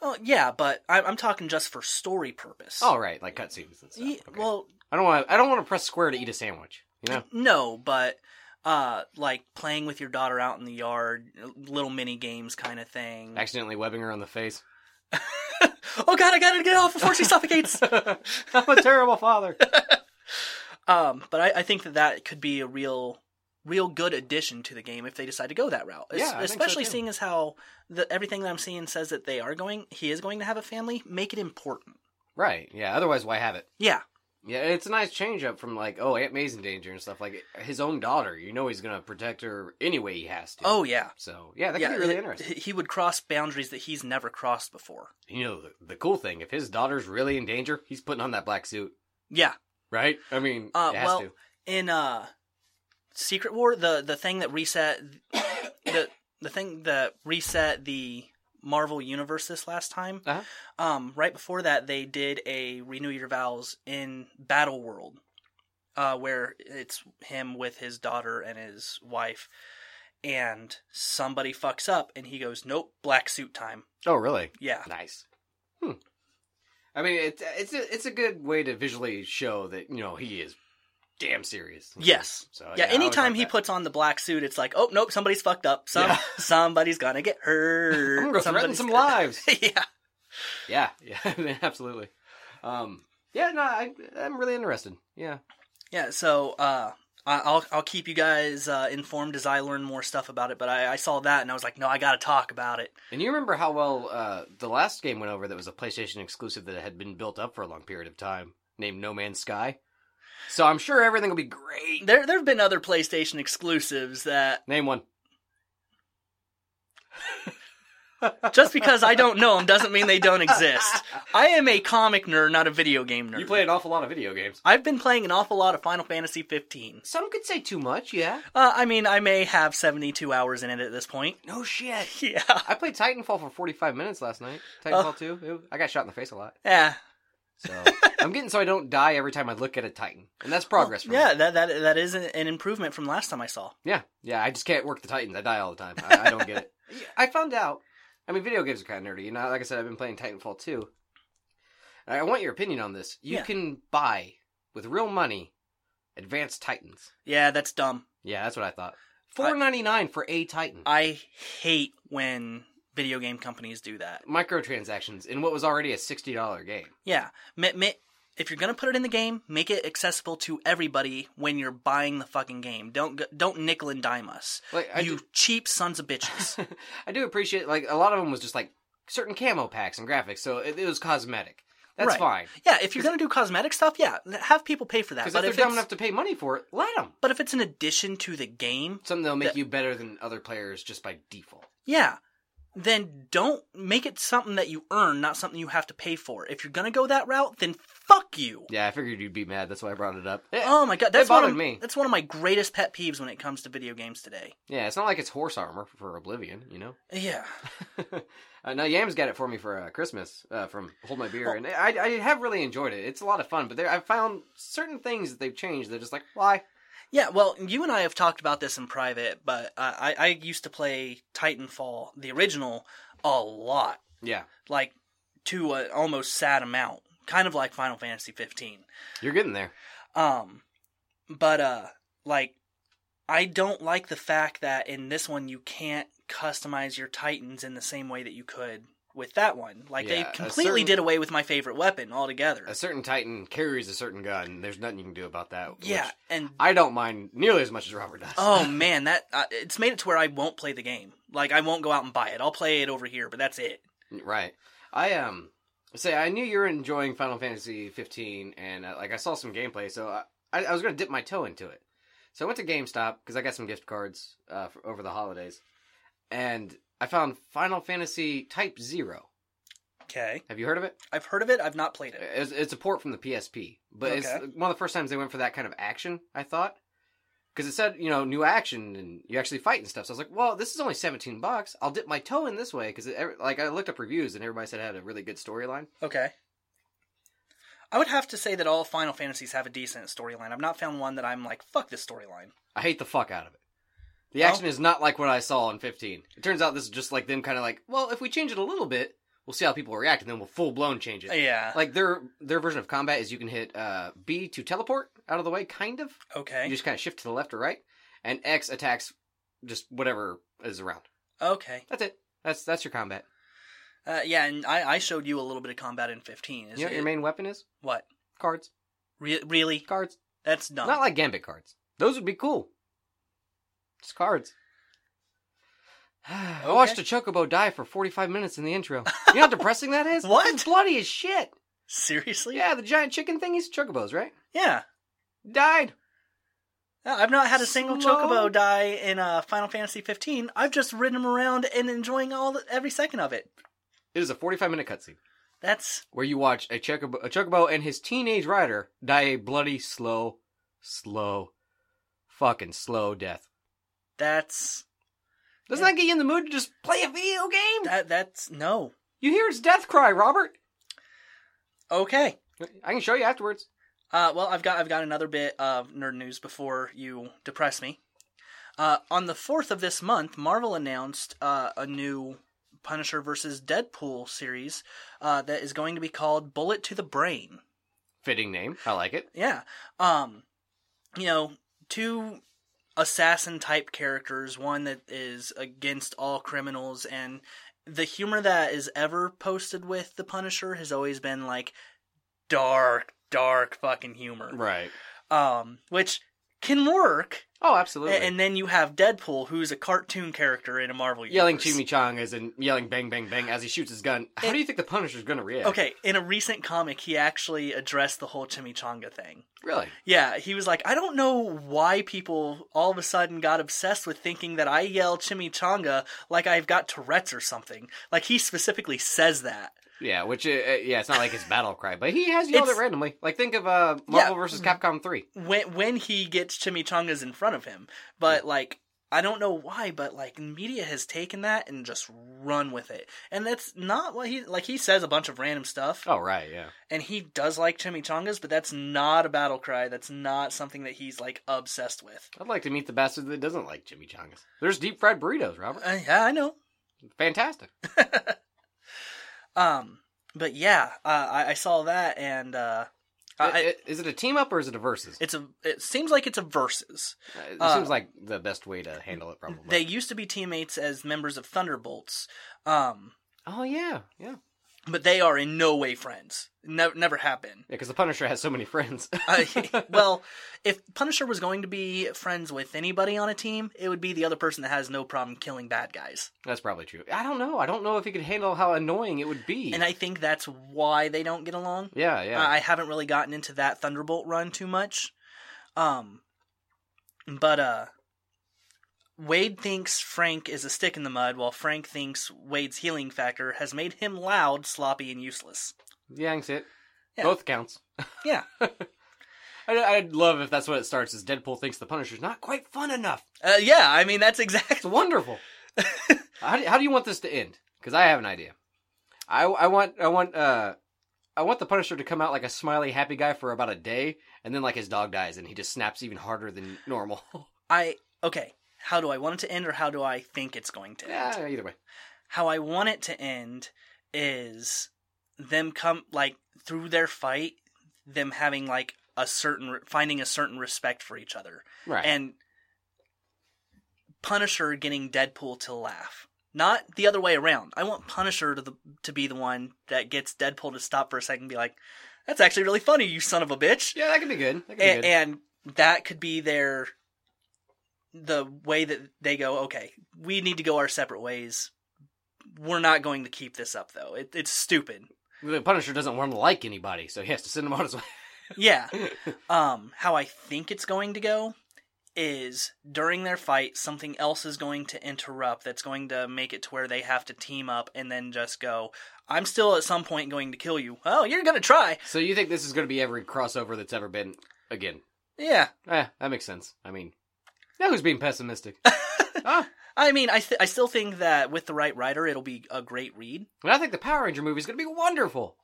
Speaker 1: Oh yeah, but I'm, I'm talking just for story purpose.
Speaker 2: All right, like cutscenes and stuff.
Speaker 1: Ye-
Speaker 2: Oh, Okay.
Speaker 1: well,
Speaker 2: I don't want. I don't want to press square to eat a sandwich. You know.
Speaker 1: No, but uh, like playing with your daughter out in the yard, little mini games kind of thing.
Speaker 2: accidentally webbing her on the face. [LAUGHS]
Speaker 1: oh god, I gotta get off before she suffocates. [LAUGHS]
Speaker 2: I'm a terrible father.
Speaker 1: Um, but I, I think that that could be a real, real good addition to the game if they decide to go that route. Es-
Speaker 2: Yeah, I think so,
Speaker 1: especially
Speaker 2: too.
Speaker 1: seeing as how the, everything that I'm seeing says that they are going, he is going to have a family. Make it important.
Speaker 2: Right. Yeah. Otherwise, why have it?
Speaker 1: Yeah,
Speaker 2: Yeah, it's a nice change up from like, oh, Aunt May's in danger and stuff. Like his own daughter. You know, he's gonna protect her any way he has to.
Speaker 1: Oh yeah.
Speaker 2: So yeah, that
Speaker 1: yeah,
Speaker 2: could be really
Speaker 1: it-
Speaker 2: interesting.
Speaker 1: He would cross boundaries that he's never crossed before.
Speaker 2: You know, the, the cool thing if his daughter's really in danger, he's putting on that black suit,
Speaker 1: Yeah.
Speaker 2: right? I mean,
Speaker 1: Uh,
Speaker 2: it has
Speaker 1: well,
Speaker 2: to.
Speaker 1: in uh Secret War, the the thing that reset the the thing that reset the Marvel universe this last time.
Speaker 2: Uh-huh.
Speaker 1: Um, right before that, they did a renew your vows in Battle World, uh, where it's him with his daughter and his wife, and somebody fucks up, and he goes, "Nope, black suit time."
Speaker 2: Oh, really?
Speaker 1: Yeah,
Speaker 2: Nice. Hmm. I mean, it's it's a, it's a good way to visually show that you know he is damn serious.
Speaker 1: Yes.
Speaker 2: So
Speaker 1: yeah.
Speaker 2: I always
Speaker 1: anytime
Speaker 2: like
Speaker 1: he
Speaker 2: that.
Speaker 1: puts on the black suit, it's like, "Oh, nope, somebody's fucked up. Some
Speaker 2: Yeah.
Speaker 1: [LAUGHS] somebody's gonna get hurt.
Speaker 2: I'm gonna go threaten
Speaker 1: Somebody's
Speaker 2: some
Speaker 1: gonna-"
Speaker 2: lives.
Speaker 1: [LAUGHS] yeah.
Speaker 2: [LAUGHS] yeah, [LAUGHS] yeah, absolutely. Um, yeah, no, I, I'm really interested. Yeah,
Speaker 1: Yeah, so uh, I- I'll I'll keep you guys uh, informed as I learn more stuff about it. But I, I saw that and I was like, no, I got to talk about it.
Speaker 2: and you remember how well uh, the last game went over that was a PlayStation exclusive that had been built up for a long period of time, named No Man's Sky. So I'm sure everything will be great.
Speaker 1: There there have been other PlayStation exclusives that
Speaker 2: Name [LAUGHS] one.
Speaker 1: just because I don't know them doesn't mean they don't exist. I am a comic nerd, not a video game nerd.
Speaker 2: [LAUGHS] You play an awful lot of video games.
Speaker 1: I've been playing an awful lot of Final Fantasy 15.
Speaker 2: Some could say too much. Yeah.
Speaker 1: Uh, I mean, I may have 72 hours in it at this point. [LAUGHS]
Speaker 2: No shit. [LAUGHS]
Speaker 1: Yeah.
Speaker 2: I played Titanfall for 45 minutes last night. Titanfall 2. It- I got shot in the face a lot.
Speaker 1: Yeah.
Speaker 2: So I'm getting so I don't die every time I look at a Titan. And that's progress for me.
Speaker 1: Yeah, that that that is an improvement from last time I saw.
Speaker 2: Yeah, yeah. I just can't work the Titans. I die all the time. I, I don't
Speaker 1: [LAUGHS]
Speaker 2: get it. Yeah, I found out. I mean, video games are kind of nerdy. You know, like I said, I've been playing Titanfall 2. And I want your opinion on this. You
Speaker 1: Yeah.
Speaker 2: can buy with real money advanced Titans.
Speaker 1: Yeah, that's dumb.
Speaker 2: Yeah, that's what I thought. Four ninety nine for a Titan.
Speaker 1: I hate when video game companies do that.
Speaker 2: Microtransactions in what was already a sixty dollar game.
Speaker 1: Yeah, ma- ma- if you're gonna put it in the game, make it accessible to everybody when you're buying the fucking game. Don't go- don't nickel and dime us.
Speaker 2: Like I
Speaker 1: you
Speaker 2: do,
Speaker 1: cheap sons of
Speaker 2: [LAUGHS]
Speaker 1: bitches.
Speaker 2: I do appreciate like a lot of them was just like certain camo packs and graphics, so it, it was cosmetic. That's
Speaker 1: Right.
Speaker 2: fine
Speaker 1: yeah, if you're gonna do cosmetic stuff, yeah, have people pay for that.
Speaker 2: because
Speaker 1: But
Speaker 2: if
Speaker 1: if,
Speaker 2: they're dumb
Speaker 1: it's,
Speaker 2: enough to pay money for it, let them.
Speaker 1: but if it's an addition to the game,
Speaker 2: Something that'll make
Speaker 1: That-
Speaker 2: you better than other players just by default.
Speaker 1: yeah, then don't make it something that you earn, not something you have to pay for. If you're gonna go that route, then fuck you.
Speaker 2: Yeah, I figured you'd be mad. That's why I brought it up. Yeah,
Speaker 1: Oh my god, that's one of,
Speaker 2: bothered me.
Speaker 1: That's one of my greatest pet peeves when it comes to video games today.
Speaker 2: [LAUGHS] yeah, it's not like it's horse armor for Oblivion, you know.
Speaker 1: Yeah,
Speaker 2: uh, no, Yams got it for me for uh, Christmas uh, from Hold My
Speaker 1: Oh.
Speaker 2: Beer, and I, I have really enjoyed it. It's a lot of fun, but there, I found certain things that they've changed. They're just like, why?
Speaker 1: yeah. Well, you and I have talked about this in private, but uh, I I used to play Titanfall, the original, a lot,
Speaker 2: Yeah,
Speaker 1: like to an almost sad amount, kind of like Final Fantasy 15.
Speaker 2: you're getting there.
Speaker 1: Um, but uh, like I don't like the fact that in this one you can't customize your Titans in the same way that you could with that one. Like
Speaker 2: Yeah,
Speaker 1: they
Speaker 2: a
Speaker 1: completely
Speaker 2: certain-
Speaker 1: did away with my favorite weapon altogether.
Speaker 2: A certain Titan carries a certain gun. There's nothing you can do about that. which
Speaker 1: yeah, and [LAUGHS]
Speaker 2: I don't mind nearly as much as Robert does.
Speaker 1: oh
Speaker 2: [LAUGHS]
Speaker 1: man, that uh, it's made it to where I won't play the game. Like I won't go out and buy it. I'll play it over here, but that's it.
Speaker 2: Right. I um say I knew you were enjoying Final Fantasy 15, and uh, like I saw some gameplay, so I, I, I was gonna dip my toe into it. So I went to GameStop because I got some gift cards uh, for, over the holidays, and I found Final Fantasy Type Zero.
Speaker 1: Okay,
Speaker 2: Have you heard of it?
Speaker 1: I've heard of it. I've not played it.
Speaker 2: It's, it's a port from the PSP, but
Speaker 1: Okay.
Speaker 2: it's one of the first times they went for that kind of action. I thought because it said you know new action and you actually fight and stuff. So I was like, well, this is only seventeen bucks. I'll dip my toe in this way because like I looked up reviews and everybody said it had a really good storyline.
Speaker 1: Okay. I would have to say that all Final Fantasies have a decent storyline. I've not found one that I'm like, fuck this storyline.
Speaker 2: I hate the fuck out of it. The
Speaker 1: Well-
Speaker 2: action is not like what I saw in 15. It turns out this is just like them kind of like, well, if we change it a little bit, we'll see how people react, and then we'll full blown change it.
Speaker 1: Oh, Yeah.
Speaker 2: Like their their version of combat is you can hit uh, B to teleport out of the way, kind of. You
Speaker 1: Okay.
Speaker 2: just kind of shift to the left or right, and X attacks just whatever is around.
Speaker 1: Okay.
Speaker 2: That's it. That's that's your combat.
Speaker 1: Uh, yeah, and I, I showed you a little bit of combat in 15. Is
Speaker 2: you know what
Speaker 1: it-
Speaker 2: your main weapon is?
Speaker 1: What?
Speaker 2: Cards.
Speaker 1: Re- really?
Speaker 2: Cards.
Speaker 1: That's dumb.
Speaker 2: Not like gambit cards. Those would be cool.
Speaker 1: [SIGHS]
Speaker 2: Just cards. I watched a chocobo die for 45 minutes in
Speaker 1: [LAUGHS]
Speaker 2: the intro. You know how depressing that is?
Speaker 1: What? [LAUGHS]
Speaker 2: It's bloody as shit.
Speaker 1: Seriously?
Speaker 2: Yeah, the giant chicken thing, he's chocobos, right?
Speaker 1: Yeah.
Speaker 2: Died.
Speaker 1: No, I've not had a single
Speaker 2: Slow.
Speaker 1: chocobo die in uh, Final Fantasy 15. I've just ridden him around and enjoying all the, every second of it.
Speaker 2: It is a 45 minute cutscene
Speaker 1: That's
Speaker 2: where you watch a chocobo, a chocobo and his teenage rider die a bloody slow, slow, fucking slow death.
Speaker 1: that's
Speaker 2: Doesn't that get you in the mood to just play a video game?
Speaker 1: that that's no.
Speaker 2: you hear his death cry, Robert.
Speaker 1: Okay.
Speaker 2: I can show you afterwards.
Speaker 1: Uh, well, I've got I've got another bit of nerd news before you depress me. Uh, on the fourth of this month, Marvel announced uh, a new Punisher versus Deadpool series uh, that is going to be called Bullet to the Brain.
Speaker 2: Fitting name. I like it.
Speaker 1: Yeah, um, you know, two assassin type characters, one that is against all criminals, and the humor that is ever posted with the Punisher has always been like dark, dark fucking humor
Speaker 2: Right.
Speaker 1: um, which can work.
Speaker 2: Oh,
Speaker 1: A-
Speaker 2: absolutely.
Speaker 1: And then you have Deadpool, who's a cartoon character in a Marvel
Speaker 2: yelling
Speaker 1: universe.
Speaker 2: chimichangas and yelling bang bang bang as he shoots his gun. How do you think the Punisher's gonna react?
Speaker 1: Okay, in a recent comic, he actually addressed the whole chimichanga thing.
Speaker 2: really?
Speaker 1: Yeah, he was like, I don't know why people all of a sudden got obsessed with thinking that I yell chimichanga like I've got Tourette's or something. Like, he specifically says that.
Speaker 2: Yeah, which uh, uh, yeah, it's not like his battle cry, but he has yelled
Speaker 1: It's-
Speaker 2: it randomly. Like think of uh, Marvel
Speaker 1: Yeah. Mm-hmm.
Speaker 2: versus Capcom three.
Speaker 1: when when he gets chimichangas in front of him. But like I don't know why, but like media has taken that and just run with it. And that's not what he like he says a bunch of random stuff
Speaker 2: Oh right, yeah.
Speaker 1: and he does like chimichangas, but that's not a battle cry. That's not something that he's like obsessed with.
Speaker 2: I'd like to meet the bastard that doesn't like chimichangas. There's deep fried burritos, Robert.
Speaker 1: Uh, yeah, I know.
Speaker 2: Fantastic.
Speaker 1: Uh, Um but yeah, uh, I, I saw that and uh I,
Speaker 2: I- I- is it a team up or is it a versus?
Speaker 1: it's a it seems like it's a versus.
Speaker 2: Uh, It,
Speaker 1: uh,
Speaker 2: seems like the best way to handle it, probably.
Speaker 1: They used to be teammates as members of Thunderbolts. Um
Speaker 2: oh yeah, yeah.
Speaker 1: but they are in no way friends. Never, never have been.
Speaker 2: because the Punisher has so many friends. [LAUGHS]
Speaker 1: Uh, [LAUGHS] well, if Punisher was going to be friends with anybody on a team, it would be the other person that has no problem killing bad guys.
Speaker 2: That's probably true. I don't know. I don't know if he could handle how annoying it would be.
Speaker 1: And I Uh, think that's why they don't get along.
Speaker 2: yeah, yeah.
Speaker 1: I haven't really gotten into that Thunderbolt run too much. Um but uh Wade thinks Frank is a stick in the mud while Frank thinks Wade's healing factor has made him loud, sloppy and useless.
Speaker 2: yeah, I can see it.
Speaker 1: Yeah.
Speaker 2: Both counts.
Speaker 1: Yeah.
Speaker 2: [LAUGHS] I'd, I'd love if that's what it starts. Is Deadpool thinks the Punisher's not quite fun enough.
Speaker 1: Uh, yeah, I mean that's exactly
Speaker 2: It's wonderful. how, do, how do you want this to end? Because I have an idea. I, I want I want uh I want the Punisher to come out like a smiley happy guy for about a day, and then like his dog dies, and he just snaps even harder than normal.
Speaker 1: [LAUGHS]
Speaker 2: [LAUGHS]
Speaker 1: I okay, how do I want it to end or how do I think it's going to end?
Speaker 2: yeah, either way.
Speaker 1: how I want it to end is them come like through their fight, them having like a certain re- finding a certain respect for each other,
Speaker 2: Right.
Speaker 1: and Punisher getting Deadpool to laugh. Not the other way around. I want Punisher to the, to be the one that gets Deadpool to stop for a second and be like, "That's actually really funny, you son of a bitch."
Speaker 2: yeah, that could be good. That could be
Speaker 1: and,
Speaker 2: good.
Speaker 1: and that could be their the way that they go okay we need to go our separate ways we're not going to keep this up though it, it's stupid
Speaker 2: the Punisher doesn't want him to like anybody, so he has to send him on his way. [LAUGHS]
Speaker 1: yeah um how i think it's going to go is during their fight something else is going to interrupt that's going to make it to where they have to team up and then just go i'm still at some point going to kill you oh you're gonna try
Speaker 2: So you think this is going to be every crossover that's ever been again?
Speaker 1: yeah
Speaker 2: Eh, that makes sense. I mean, now who's
Speaker 1: [LAUGHS]
Speaker 2: being pessimistic? ah,
Speaker 1: i mean i, th- I still think that with the right writer it'll be a great read
Speaker 2: and I think the Power Ranger movie is going to be wonderful.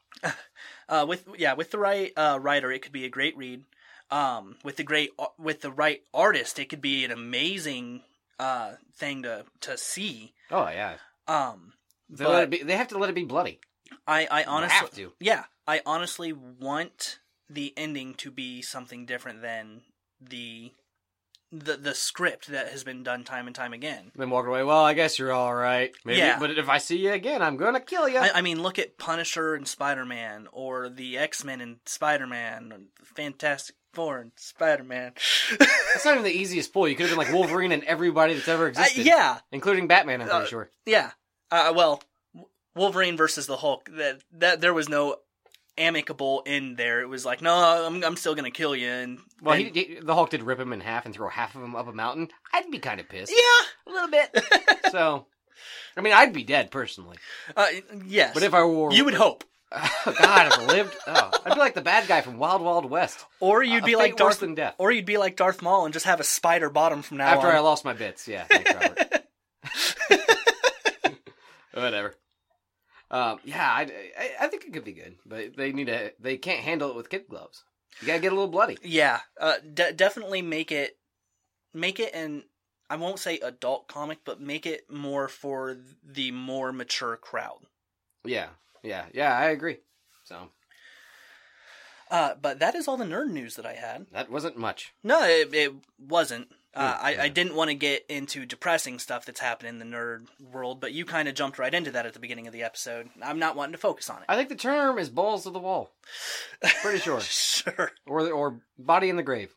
Speaker 1: uh, with yeah with the right uh, writer it could be a great read um, with the great ar- with the right artist it could be an amazing uh, thing to to see
Speaker 2: Oh yeah,
Speaker 1: um,
Speaker 2: they,
Speaker 1: But-
Speaker 2: let it be, they have to let it be bloody.
Speaker 1: I I honestly
Speaker 2: have to.
Speaker 1: yeah I honestly want the ending to be something different than the the the script that has been done time and time again
Speaker 2: Then walk away. Well, I guess you're all right. Maybe,
Speaker 1: Yeah.
Speaker 2: but if I see you again, I'm going to kill you.
Speaker 1: I, I mean, look at Punisher and Spider Man, or the X Men and Spider Man, Fantastic Four and Spider Man.
Speaker 2: That's not even the easiest pull. You could have been like Wolverine and everybody
Speaker 1: [LAUGHS]
Speaker 2: that's ever existed,
Speaker 1: yeah,
Speaker 2: including Batman. I'm pretty
Speaker 1: Uh,
Speaker 2: sure.
Speaker 1: Yeah. Uh, well, W- Wolverine versus the Hulk. That that there was no amicable end there. It was like, no, I'm I'm still gonna kill you. And
Speaker 2: Well,
Speaker 1: and-
Speaker 2: he, he- the Hulk did rip him in half and throw half of him up a mountain. I'd be kind of pissed.
Speaker 1: yeah,
Speaker 2: a little bit. [LAUGHS] so, I mean, I'd be dead personally.
Speaker 1: uh, yes.
Speaker 2: But if I were, [LAUGHS]
Speaker 1: you would hope,
Speaker 2: Oh, God, if I lived, oh, I'd be like the bad guy from Wild Wild West.
Speaker 1: or you'd
Speaker 2: A
Speaker 1: be
Speaker 2: fate
Speaker 1: like
Speaker 2: worse
Speaker 1: Darth,
Speaker 2: than death.
Speaker 1: or you'd be like Darth Maul and just have a spider bottom from now
Speaker 2: After I
Speaker 1: on.
Speaker 2: lost my bits, yeah. Thanks,
Speaker 1: [LAUGHS]
Speaker 2: Robert. Whatever. Um, yeah, I, I, I think it could be good, but they need to. They can't handle it with kid gloves. You gotta get a little bloody.
Speaker 1: yeah, uh, de- definitely make it, make it an. I won't say adult comic, but make it more for the more mature crowd.
Speaker 2: Yeah, yeah, yeah. I agree. So
Speaker 1: Uh, but that is all the nerd news that I had.
Speaker 2: that wasn't much.
Speaker 1: No, it, it wasn't. Uh,
Speaker 2: Mm,
Speaker 1: I, I
Speaker 2: yeah.
Speaker 1: didn't want to get into depressing stuff that's happened in the nerd world, but you kind of jumped right into that at the beginning of the episode. I'm not wanting to focus on it.
Speaker 2: I think the term is balls to the wall.
Speaker 1: [LAUGHS]
Speaker 2: Pretty [LAUGHS] sure,
Speaker 1: sure.
Speaker 2: or or body in the grave.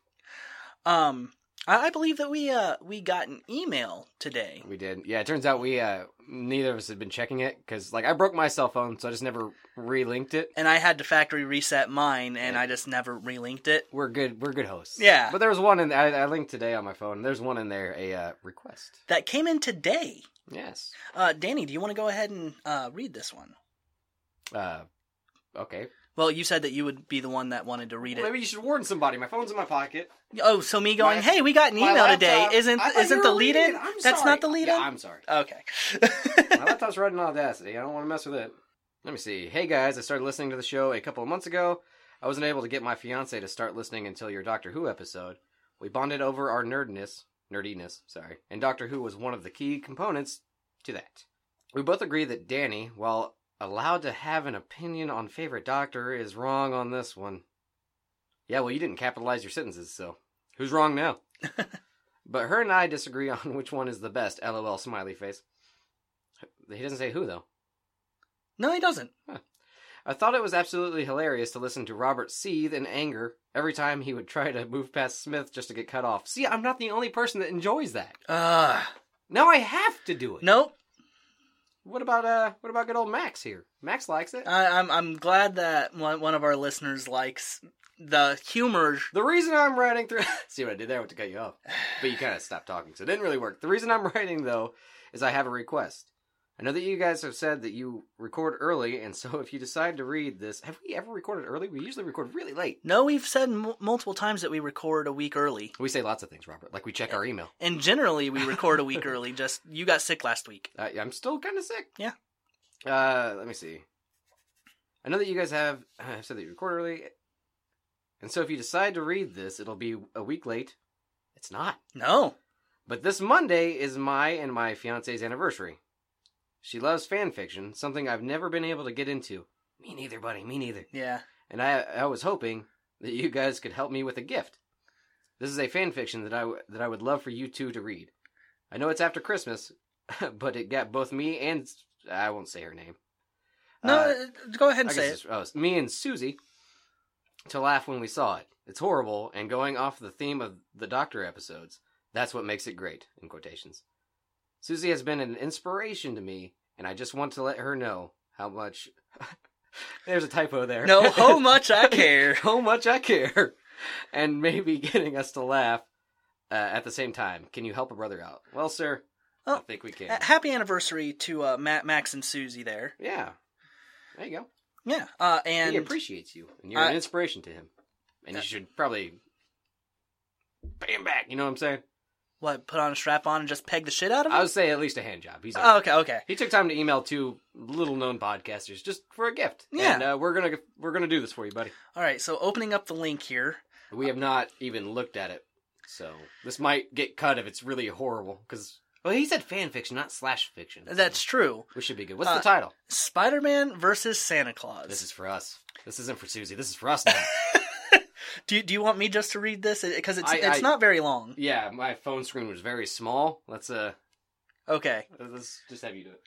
Speaker 1: Um, I, I believe that we uh we got an email today.
Speaker 2: We did. Yeah, it turns out we uh neither of us had been checking it because like I broke my cell phone, so I just never relinked it.
Speaker 1: And I had to factory reset mine, and
Speaker 2: Yeah.
Speaker 1: I just never relinked it.
Speaker 2: We're good. We're good hosts.
Speaker 1: Yeah.
Speaker 2: But there was one in I, I linked today on my phone. There's one in there a uh, request.
Speaker 1: That came in today.
Speaker 2: Yes.
Speaker 1: Uh, Danny, do you want to go ahead and uh, read this one?
Speaker 2: Uh, okay.
Speaker 1: Well, you said that you would be the one that wanted to read it.
Speaker 2: maybe you should warn somebody. My phone's in my pocket.
Speaker 1: Oh, so me going,
Speaker 2: My-
Speaker 1: hey, we got an
Speaker 2: My
Speaker 1: email today.
Speaker 2: laptop-
Speaker 1: Isn't
Speaker 2: I thought
Speaker 1: isn't
Speaker 2: you
Speaker 1: the
Speaker 2: were
Speaker 1: lead
Speaker 2: reading
Speaker 1: in?
Speaker 2: it. I'm
Speaker 1: That's
Speaker 2: sorry.
Speaker 1: not the lead
Speaker 2: Yeah,
Speaker 1: in.
Speaker 2: I'm sorry.
Speaker 1: Okay. [LAUGHS]
Speaker 2: My laptop's running on Audacity. I don't want to mess with it. Let me see. Hey guys, I started listening to the show a couple of months ago. I wasn't able to get my fiance to start listening until your Doctor Who episode. We bonded over our nerdness, nerdiness, sorry, and Doctor Who was one of the key components to that. We both agree that Danny, while allowed to have an opinion on favorite Doctor, is wrong on this one. Yeah, well, you didn't capitalize your sentences, so who's wrong now? but her and I disagree on which one is the best. LOL smiley face. He doesn't say who though.
Speaker 1: no, he doesn't.
Speaker 2: I thought it was absolutely hilarious to listen to Robert seethe in anger every time he would try to move past Smith just to get cut off. See, I'm not the only person that enjoys that.
Speaker 1: Uh,
Speaker 2: Now I have to do it.
Speaker 1: nope.
Speaker 2: What about uh? What about good old Max here? Max likes it.
Speaker 1: I, I'm I'm glad that one, one of our listeners likes the humor.
Speaker 2: The reason I'm writing through. [LAUGHS] See what I did there? I went to cut you off. But you kind of stopped talking, so it didn't really work. The reason I'm writing, though, is I have a request. I know that you guys have said that you record early, and so if you decide to read this. Have we ever recorded early? We usually record really late.
Speaker 1: No, we've said m- multiple times that we record a week early,
Speaker 2: We say lots of things, Robert. Like we check our email.
Speaker 1: and generally we record a week
Speaker 2: [LAUGHS]
Speaker 1: early. Just you got sick last week.
Speaker 2: Uh, I'm still kind of sick.
Speaker 1: Yeah.
Speaker 2: Uh, let me see. I know that you guys have [SIGHS] uh, said that you record early, and so if you decide to read this, it'll be a week late. It's not.
Speaker 1: No,
Speaker 2: But this Monday is my and my fiance's anniversary. She loves fan fiction, something I've never been able to get into. Me neither, buddy. Me neither.
Speaker 1: yeah,
Speaker 2: And I, I was hoping that you guys could help me with a gift. This is a fan fiction that I w- that I would love for you two to read. I know it's after Christmas, [LAUGHS] but it got both me and I won't say her name.
Speaker 1: no.
Speaker 2: Uh,
Speaker 1: uh, go ahead and
Speaker 2: I
Speaker 1: say
Speaker 2: guess
Speaker 1: it.
Speaker 2: it's- oh, it's me and Susie to laugh when we saw it. It's horrible, and going off the theme of the Doctor episodes, that's what makes it great, in quotations. Susie has been an inspiration to me, and I just want to let her know how much. [LAUGHS] There's a typo there. [LAUGHS]
Speaker 1: No, how much I care.
Speaker 2: how much I care, and maybe [LAUGHS] getting us to laugh uh, at the same time. Can you help a brother out? Well, sir, I
Speaker 1: Oh,
Speaker 2: think we can.
Speaker 1: Uh, Happy anniversary to uh, Matt, Max, and Susie there.
Speaker 2: yeah, there you go.
Speaker 1: Yeah, uh, and
Speaker 2: he appreciates you, and you're
Speaker 1: I-
Speaker 2: an inspiration to him. And
Speaker 1: Uh,
Speaker 2: you should probably pay him back. You know what I'm saying?
Speaker 1: what? Put on a strap on and just peg the shit out of him.
Speaker 2: I would say at least a hand job. He's
Speaker 1: oh, okay, okay.
Speaker 2: he took time to email two little known podcasters just for a gift.
Speaker 1: Yeah.
Speaker 2: and, uh, we're gonna we're gonna do this for you, buddy.
Speaker 1: All right, so opening up the link here.
Speaker 2: We have not even looked at it, so this might get cut if it's really horrible. Because well, he said fan fiction, not slash fiction.
Speaker 1: That's true.
Speaker 2: we should be good. What's
Speaker 1: uh,
Speaker 2: the title?
Speaker 1: Spider Man versus Santa Claus.
Speaker 2: This is for us. This isn't for Susie. This is for us now. [LAUGHS]
Speaker 1: do, you, do you want me just to read this? Because it's,
Speaker 2: I-
Speaker 1: it's
Speaker 2: I-
Speaker 1: not very long.
Speaker 2: yeah, my phone screen was very small. Let's uh,
Speaker 1: Okay.
Speaker 2: let's just have you do it.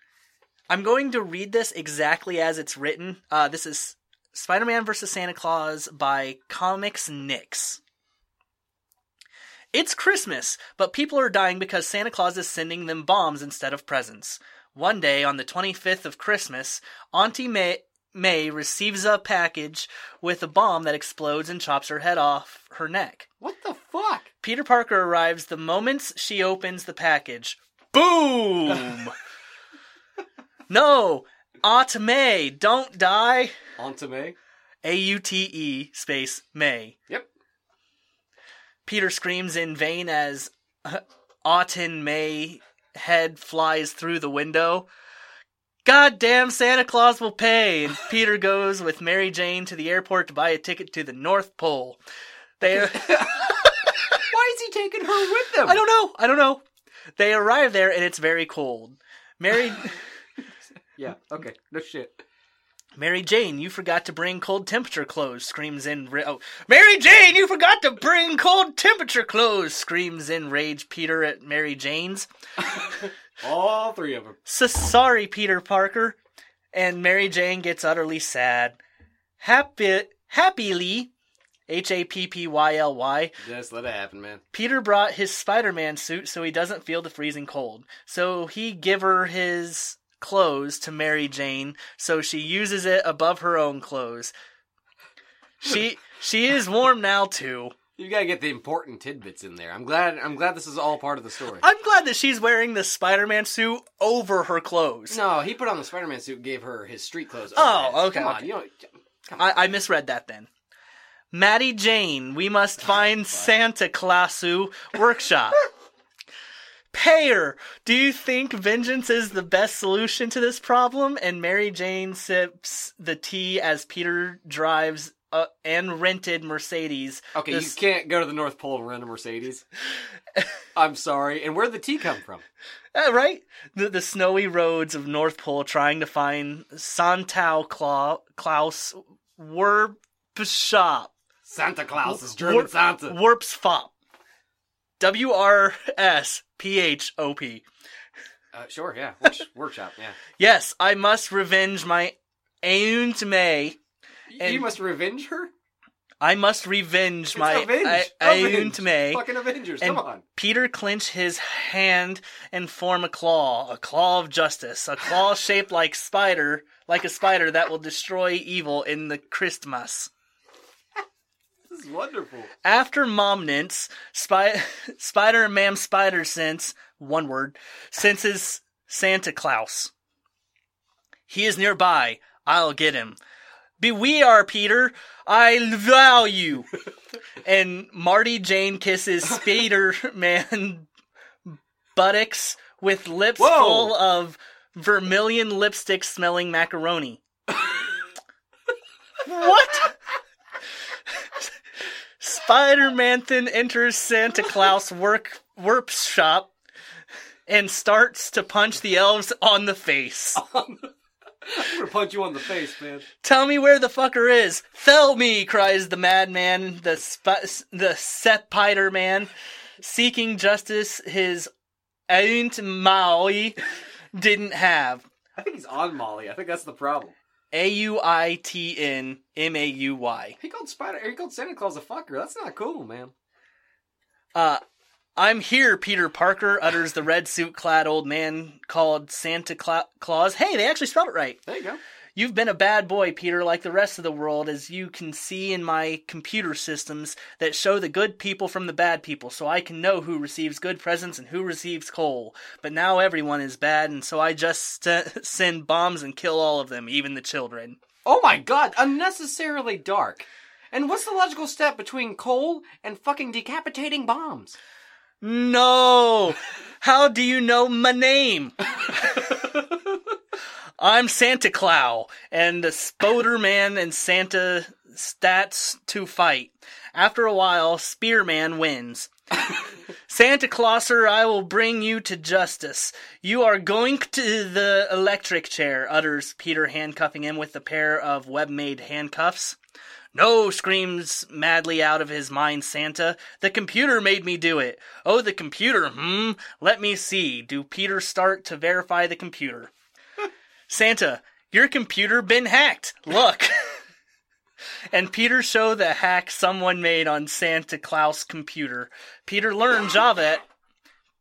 Speaker 1: I'm going to read this exactly as it's written. Uh, this is Spider Man vs. Santa Claus by Comics Nix. It's Christmas, but people are dying because Santa Claus is sending them bombs instead of presents. One day, on the 25th of Christmas, Auntie May, May receives a package with a bomb that explodes and chops her head off her neck.
Speaker 2: What the fuck?
Speaker 1: Peter Parker arrives the moment she opens the package. Boom! no! Aunt May, don't die!
Speaker 2: On to me.
Speaker 1: A U T E space May.
Speaker 2: Yep.
Speaker 1: Peter screams in vain as Autumn May head flies through the window. Goddamn Santa Claus will pay! And Peter goes with Mary Jane to the airport to buy a ticket to the North Pole. They.
Speaker 2: Why is he taking her with him?
Speaker 1: I don't know. I don't know. They arrive there and it's very cold. Mary
Speaker 2: Yeah. Okay. No shit.
Speaker 1: Mary Jane, you forgot to bring cold temperature clothes, screams in ra- oh, Mary Jane, you forgot to bring cold temperature clothes, screams in rage Peter at Mary Jane's.
Speaker 2: All three of them.
Speaker 1: So sorry, Peter Parker. And Mary Jane gets utterly sad. Happy happily H A P P Y L Y
Speaker 2: Just let it happen, man.
Speaker 1: Peter brought his Spider-Man suit so he doesn't feel the freezing cold. So he give her his clothes to Mary Jane so she uses it above her own clothes. She she is warm now too.
Speaker 2: You gotta get the important tidbits in there. I'm glad. I'm glad this is all part of the story.
Speaker 1: I'm glad that she's wearing the Spider-Man suit over her clothes.
Speaker 2: No, he put on the Spider-Man suit, gave her his street clothes.
Speaker 1: Oh,
Speaker 2: man.
Speaker 1: okay,
Speaker 2: Come on,
Speaker 1: okay.
Speaker 2: you know.
Speaker 1: I, I misread that then. Maddie Jane, we must find Santa Clausu workshop. Payer, do you think vengeance is the best solution to this problem? And Mary Jane sips the tea as Peter drives uh, and rented Mercedes.
Speaker 2: Okay,
Speaker 1: This-
Speaker 2: you can't go to the North Pole and rent
Speaker 1: [LAUGHS]
Speaker 2: a Mercedes. I'm sorry. And where'd the tea come from?
Speaker 1: Uh, right? The, the snowy roads of North Pole trying to find Santa Clau- Claus workshop.
Speaker 2: Santa Claus is German
Speaker 1: Warp-
Speaker 2: Santa.
Speaker 1: Warps Fop. W R S P H O P.
Speaker 2: Uh, sure, yeah. Works- Workshop, yeah.
Speaker 1: Yes, I must revenge my Aunt May. And-
Speaker 2: you must revenge her.
Speaker 1: I must revenge
Speaker 2: It's
Speaker 1: my
Speaker 2: revenge.
Speaker 1: I-
Speaker 2: Revenge.
Speaker 1: Aunt May.
Speaker 2: Fucking Avengers.
Speaker 1: And-
Speaker 2: Come on.
Speaker 1: Peter clench his hand and form a claw, a claw of justice, a claw [LAUGHS] shaped like spider, like a spider that will destroy evil in the Christmas.
Speaker 2: This is wonderful.
Speaker 1: After Momnance, [LAUGHS] spy- Spider Mam Spider sense, one word, senses Santa Claus. He is nearby. I'll get him. Be we are Peter. I vow you. and Marty Jane kisses Spider Man buttocks with lips
Speaker 2: Whoa.
Speaker 1: full of vermilion lipstick smelling macaroni. what? Spider Man then enters Santa Claus work worps shop and starts to punch the elves on the face.
Speaker 2: I'm gonna punch you on the face, man.
Speaker 1: Tell me where the fucker is. Tell me, cries the madman, the sp- the sepiter man, seeking justice his aunt Maui didn't have.
Speaker 2: I think he's on Molly. I think that's the problem.
Speaker 1: A U I T N M A U Y.
Speaker 2: He called Spider. He called Santa Claus a fucker. That's not cool, man.
Speaker 1: Uh, I'm here, Peter Parker, utters the red suit clad old man called Santa Cla- Claus. Hey, they actually spelled it right.
Speaker 2: There you go.
Speaker 1: You've been a bad boy, Peter, like the rest of the world, as you can see in my computer systems that show the good people from the bad people, so I can know who receives good presents and who receives coal. But now everyone is bad, and so I just st- [LAUGHS] send bombs and kill all of them, even the children.
Speaker 2: Oh my god, unnecessarily dark. And what's the logical step between coal and fucking decapitating bombs?
Speaker 1: No! How do you know my name? I'm Santa Claus, and the Spoderman and Santa stats to fight. After a while, Spearman wins. Santa Clauser, I will bring you to justice. You are going to the electric chair, utters Peter, handcuffing him with a pair of web made handcuffs. No, screams madly out of his mind Santa. The computer made me do it. Oh, the computer, hmm? Let me see. Do Peter start to verify the computer? Santa, your computer been hacked. Look. [LAUGHS] and Peter show the hack someone made on Santa Claus computer. Peter learned Java at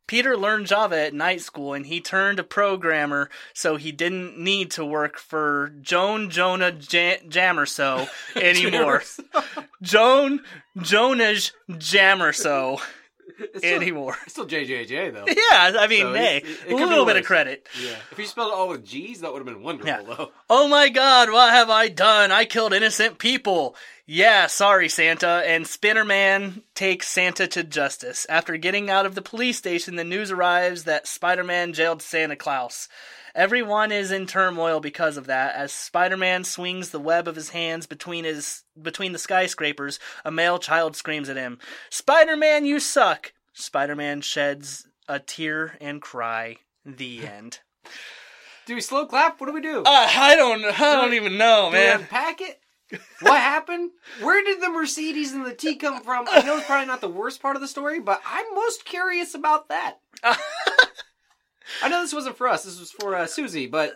Speaker 1: Peter learned Java at night school and he turned a programmer so he didn't need to work for Joan Jonah Jan- Jammerso anymore. Joan Jonas Jammerso [LAUGHS]
Speaker 2: It's still,
Speaker 1: anymore.
Speaker 2: it's still
Speaker 1: [LAUGHS]
Speaker 2: JJJ though.
Speaker 1: Yeah, I mean,
Speaker 2: So
Speaker 1: hey,
Speaker 2: it's- it- it
Speaker 1: a
Speaker 2: could be
Speaker 1: little bit of
Speaker 2: worse.
Speaker 1: credit.
Speaker 2: yeah. If you spelled it all with G's, that would have been wonderful
Speaker 1: Yeah.
Speaker 2: though.
Speaker 1: Oh my god, what have I done? I killed innocent people. Yeah, sorry, Santa. And Spinnerman takes Santa to justice. After getting out of the police station, the news arrives that Spider Man jailed Santa Claus. Everyone is in turmoil because of that. As Spider Man swings the web of his hands between his between the skyscrapers, a male child screams at him, Spider Man, you suck! Spider Man sheds a tear and cry. The [LAUGHS] end.
Speaker 2: Do we slow clap? What do we do?
Speaker 1: Uh, I don't. I don't even know,
Speaker 2: do we
Speaker 1: man.
Speaker 2: unpack it? What happened? Where did the Mercedes and the tea come from? I know it's probably not the worst part of the story, but I'm most curious about that.
Speaker 1: [LAUGHS]
Speaker 2: I know this wasn't for us. This was for uh, Susie, but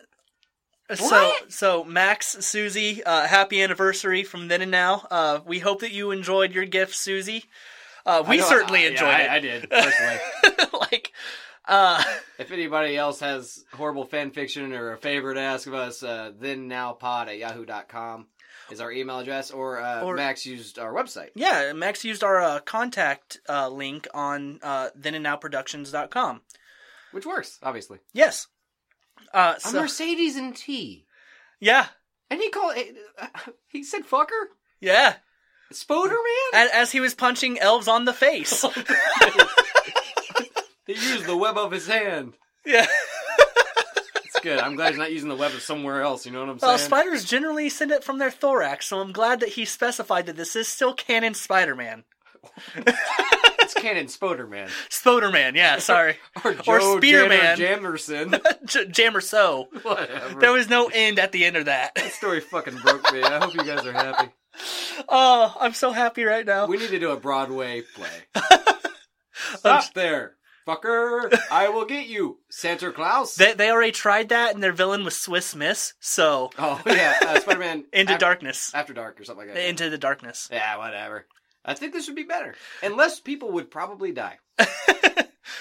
Speaker 1: So, so Max, Susie, uh, happy anniversary from then and now. Uh, we hope that you enjoyed your gift, Susie. Uh, we
Speaker 2: I know-
Speaker 1: certainly
Speaker 2: I-
Speaker 1: enjoyed
Speaker 2: yeah,
Speaker 1: it.
Speaker 2: I, I did personally.
Speaker 1: [LAUGHS] like, uh,
Speaker 2: If anybody else has horrible fan fiction or a favor to ask of us, uh, then now pod at yahoo.com is our email address, or, uh,
Speaker 1: Or-
Speaker 2: Max used our website.
Speaker 1: yeah, Max used our uh, contact uh, link on uh, thenandnowproductions.com.
Speaker 2: Which works, obviously.
Speaker 1: Yes. Uh,
Speaker 2: A
Speaker 1: so,
Speaker 2: Mercedes and T.
Speaker 1: yeah,
Speaker 2: And he [LAUGHS] called it, he said fucker?
Speaker 1: yeah.
Speaker 2: Spoderman?
Speaker 1: And as he was punching elves on the [LAUGHS] face.
Speaker 2: [LAUGHS] He used the web of his hand.
Speaker 1: yeah.
Speaker 2: It's good. I'm glad he's not using the web of somewhere else, you know what I'm saying?
Speaker 1: Well, spiders generally send it from their thorax, so I'm glad that he specified that this is still canon Spider-Man.
Speaker 2: it's canon Spoderman.
Speaker 1: Spoderman, [LAUGHS] yeah, sorry.
Speaker 2: [LAUGHS] Or,
Speaker 1: Or
Speaker 2: Joe
Speaker 1: Spearman.
Speaker 2: Janner Jamerson. [LAUGHS]
Speaker 1: J- Jammer so.
Speaker 2: Whatever.
Speaker 1: There was no end at the end of that. [LAUGHS]
Speaker 2: That story fucking broke me. I hope you guys are happy.
Speaker 1: Oh, I'm so happy right now. [LAUGHS]
Speaker 2: We need to do a Broadway play.
Speaker 1: I'm,
Speaker 2: Stop there. Fucker, I will get you, Santa Claus.
Speaker 1: They, they already tried that, and their villain was Swiss Miss, so
Speaker 2: oh yeah, uh, Spider Man
Speaker 1: [LAUGHS] into darkness.
Speaker 2: after dark or something like that.
Speaker 1: Into the darkness.
Speaker 2: yeah, whatever. I think this would be better, unless people would probably die.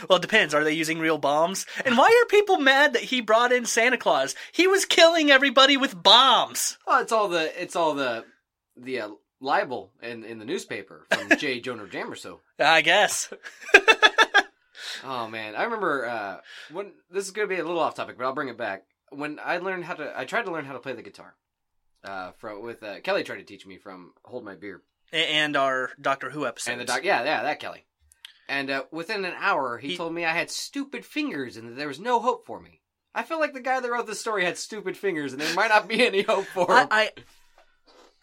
Speaker 1: Well, it depends. Are they using real bombs? And why are people mad that he brought in Santa Claus? He was killing everybody with bombs.
Speaker 2: Well, it's all the it's all the the uh, libel in in the newspaper
Speaker 1: [LAUGHS]
Speaker 2: from J. Jonah Jameson.
Speaker 1: I guess.
Speaker 2: Oh man, I remember uh, when this is going to be a little off topic, but I'll bring it back. When I learned how to, I tried to learn how to play the guitar. Uh, from with uh, Kelly tried to teach me from Hold My Beer
Speaker 1: A- And our Doctor Who episode.
Speaker 2: and the doc. Yeah, yeah, that Kelly. And uh, within an hour, he,
Speaker 1: He-
Speaker 2: told me I had stupid fingers and that there was no hope for me. I feel like the guy that wrote the story had stupid fingers, and there might not be any hope for him.
Speaker 1: I,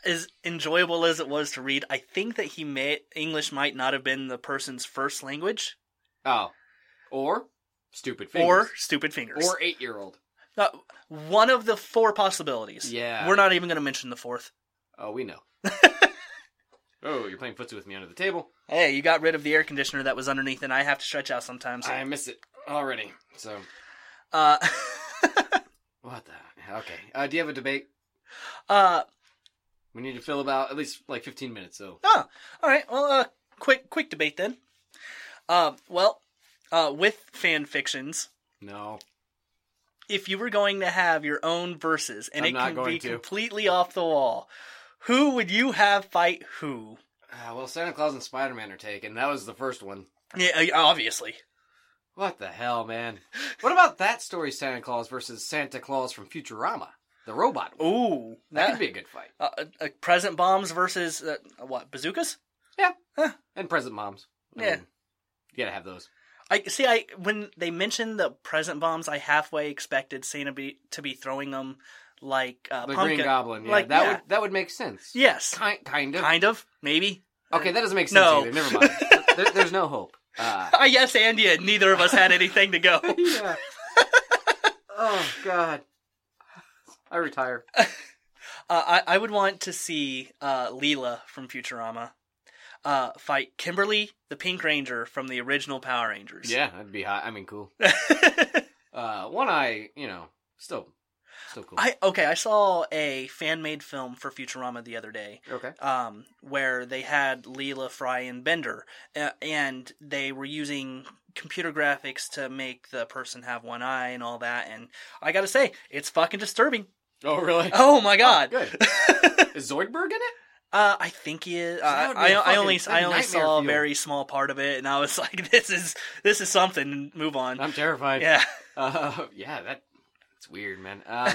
Speaker 1: I as enjoyable as it was to read, I think that he may English might not have been the person's first language
Speaker 2: oh, or stupid fingers,
Speaker 1: or stupid fingers.
Speaker 2: or eight year old.
Speaker 1: Not- Uh, one of the four possibilities.
Speaker 2: Yeah.
Speaker 1: We're not even going to mention the fourth.
Speaker 2: Oh,
Speaker 1: [LAUGHS]
Speaker 2: we know. oh, you're playing footsie with me under the table.
Speaker 1: Hey, you got rid of the air conditioner that was underneath, and I have to stretch out sometimes.
Speaker 2: I miss it already. So
Speaker 1: Uh, [LAUGHS]
Speaker 2: what the? Okay. Uh, do you have a debate?
Speaker 1: uh,
Speaker 2: We need to fill about at least like 15 minutes. So
Speaker 1: Oh, all right. Well, uh, quick, quick debate then. Uh, well, uh, with fan fictions,
Speaker 2: no.
Speaker 1: if you were going to have your own verses, and
Speaker 2: I'm
Speaker 1: it
Speaker 2: not
Speaker 1: can
Speaker 2: going
Speaker 1: be
Speaker 2: to.
Speaker 1: completely off the wall, who would you have fight who?
Speaker 2: Uh, well, Santa Claus and Spider Man are taken. That was the first one.
Speaker 1: Yeah, uh, obviously.
Speaker 2: What the hell, man? What about that story, Santa Claus versus Santa Claus from Futurama, the robot? One?
Speaker 1: Ooh,
Speaker 2: That
Speaker 1: Oh, that
Speaker 2: could be a good fight.
Speaker 1: uh, uh, uh, present bombs versus uh, what bazookas?
Speaker 2: And present moms.
Speaker 1: Yeah.
Speaker 2: mean, you gotta have those.
Speaker 1: I see. I when they mentioned the present bombs, I halfway expected Santa be, to be throwing them like uh,
Speaker 2: The
Speaker 1: pumpkin.
Speaker 2: Green Goblin. Yeah,
Speaker 1: like,
Speaker 2: that
Speaker 1: yeah.
Speaker 2: would that would make sense.
Speaker 1: Yes,
Speaker 2: Kind, kind of.
Speaker 1: kind of, maybe. [LAUGHS]
Speaker 2: Okay, that doesn't make sense
Speaker 1: No.
Speaker 2: either. Never mind. there, there's
Speaker 1: [LAUGHS]
Speaker 2: no hope. Uh,
Speaker 1: I yes, and yeah, neither of us had anything to
Speaker 2: [LAUGHS]
Speaker 1: go.
Speaker 2: yeah. oh God. I retire.
Speaker 1: Uh, I, I would want to see uh, Leela from Futurama uh, fight Kimberly, the Pink Ranger from the original Power Rangers.
Speaker 2: Yeah, that'd be hot. I
Speaker 1: [LAUGHS]
Speaker 2: mean, cool. Uh, one eye, you know, still, still cool.
Speaker 1: I okay. I saw a fan made film for Futurama the other day.
Speaker 2: okay.
Speaker 1: um, where they had Leela, Fry, and Bender, uh, and they were using computer graphics to make the person have one eye and all that. And I gotta say, it's fucking disturbing. [LAUGHS]
Speaker 2: Oh, really?
Speaker 1: Oh my god.
Speaker 2: Good. Is Zoidberg in it?
Speaker 1: [LAUGHS] Uh, I think he is.
Speaker 2: that
Speaker 1: I,
Speaker 2: would be
Speaker 1: I,
Speaker 2: a
Speaker 1: I only
Speaker 2: fucking-
Speaker 1: I only
Speaker 2: nightmare
Speaker 1: saw a
Speaker 2: fuel.
Speaker 1: very small part of it, and I was [LAUGHS] like, this is this is something. Move on.
Speaker 2: I'm terrified.
Speaker 1: Yeah. [LAUGHS]
Speaker 2: Uh, yeah, that it's weird, man. Um,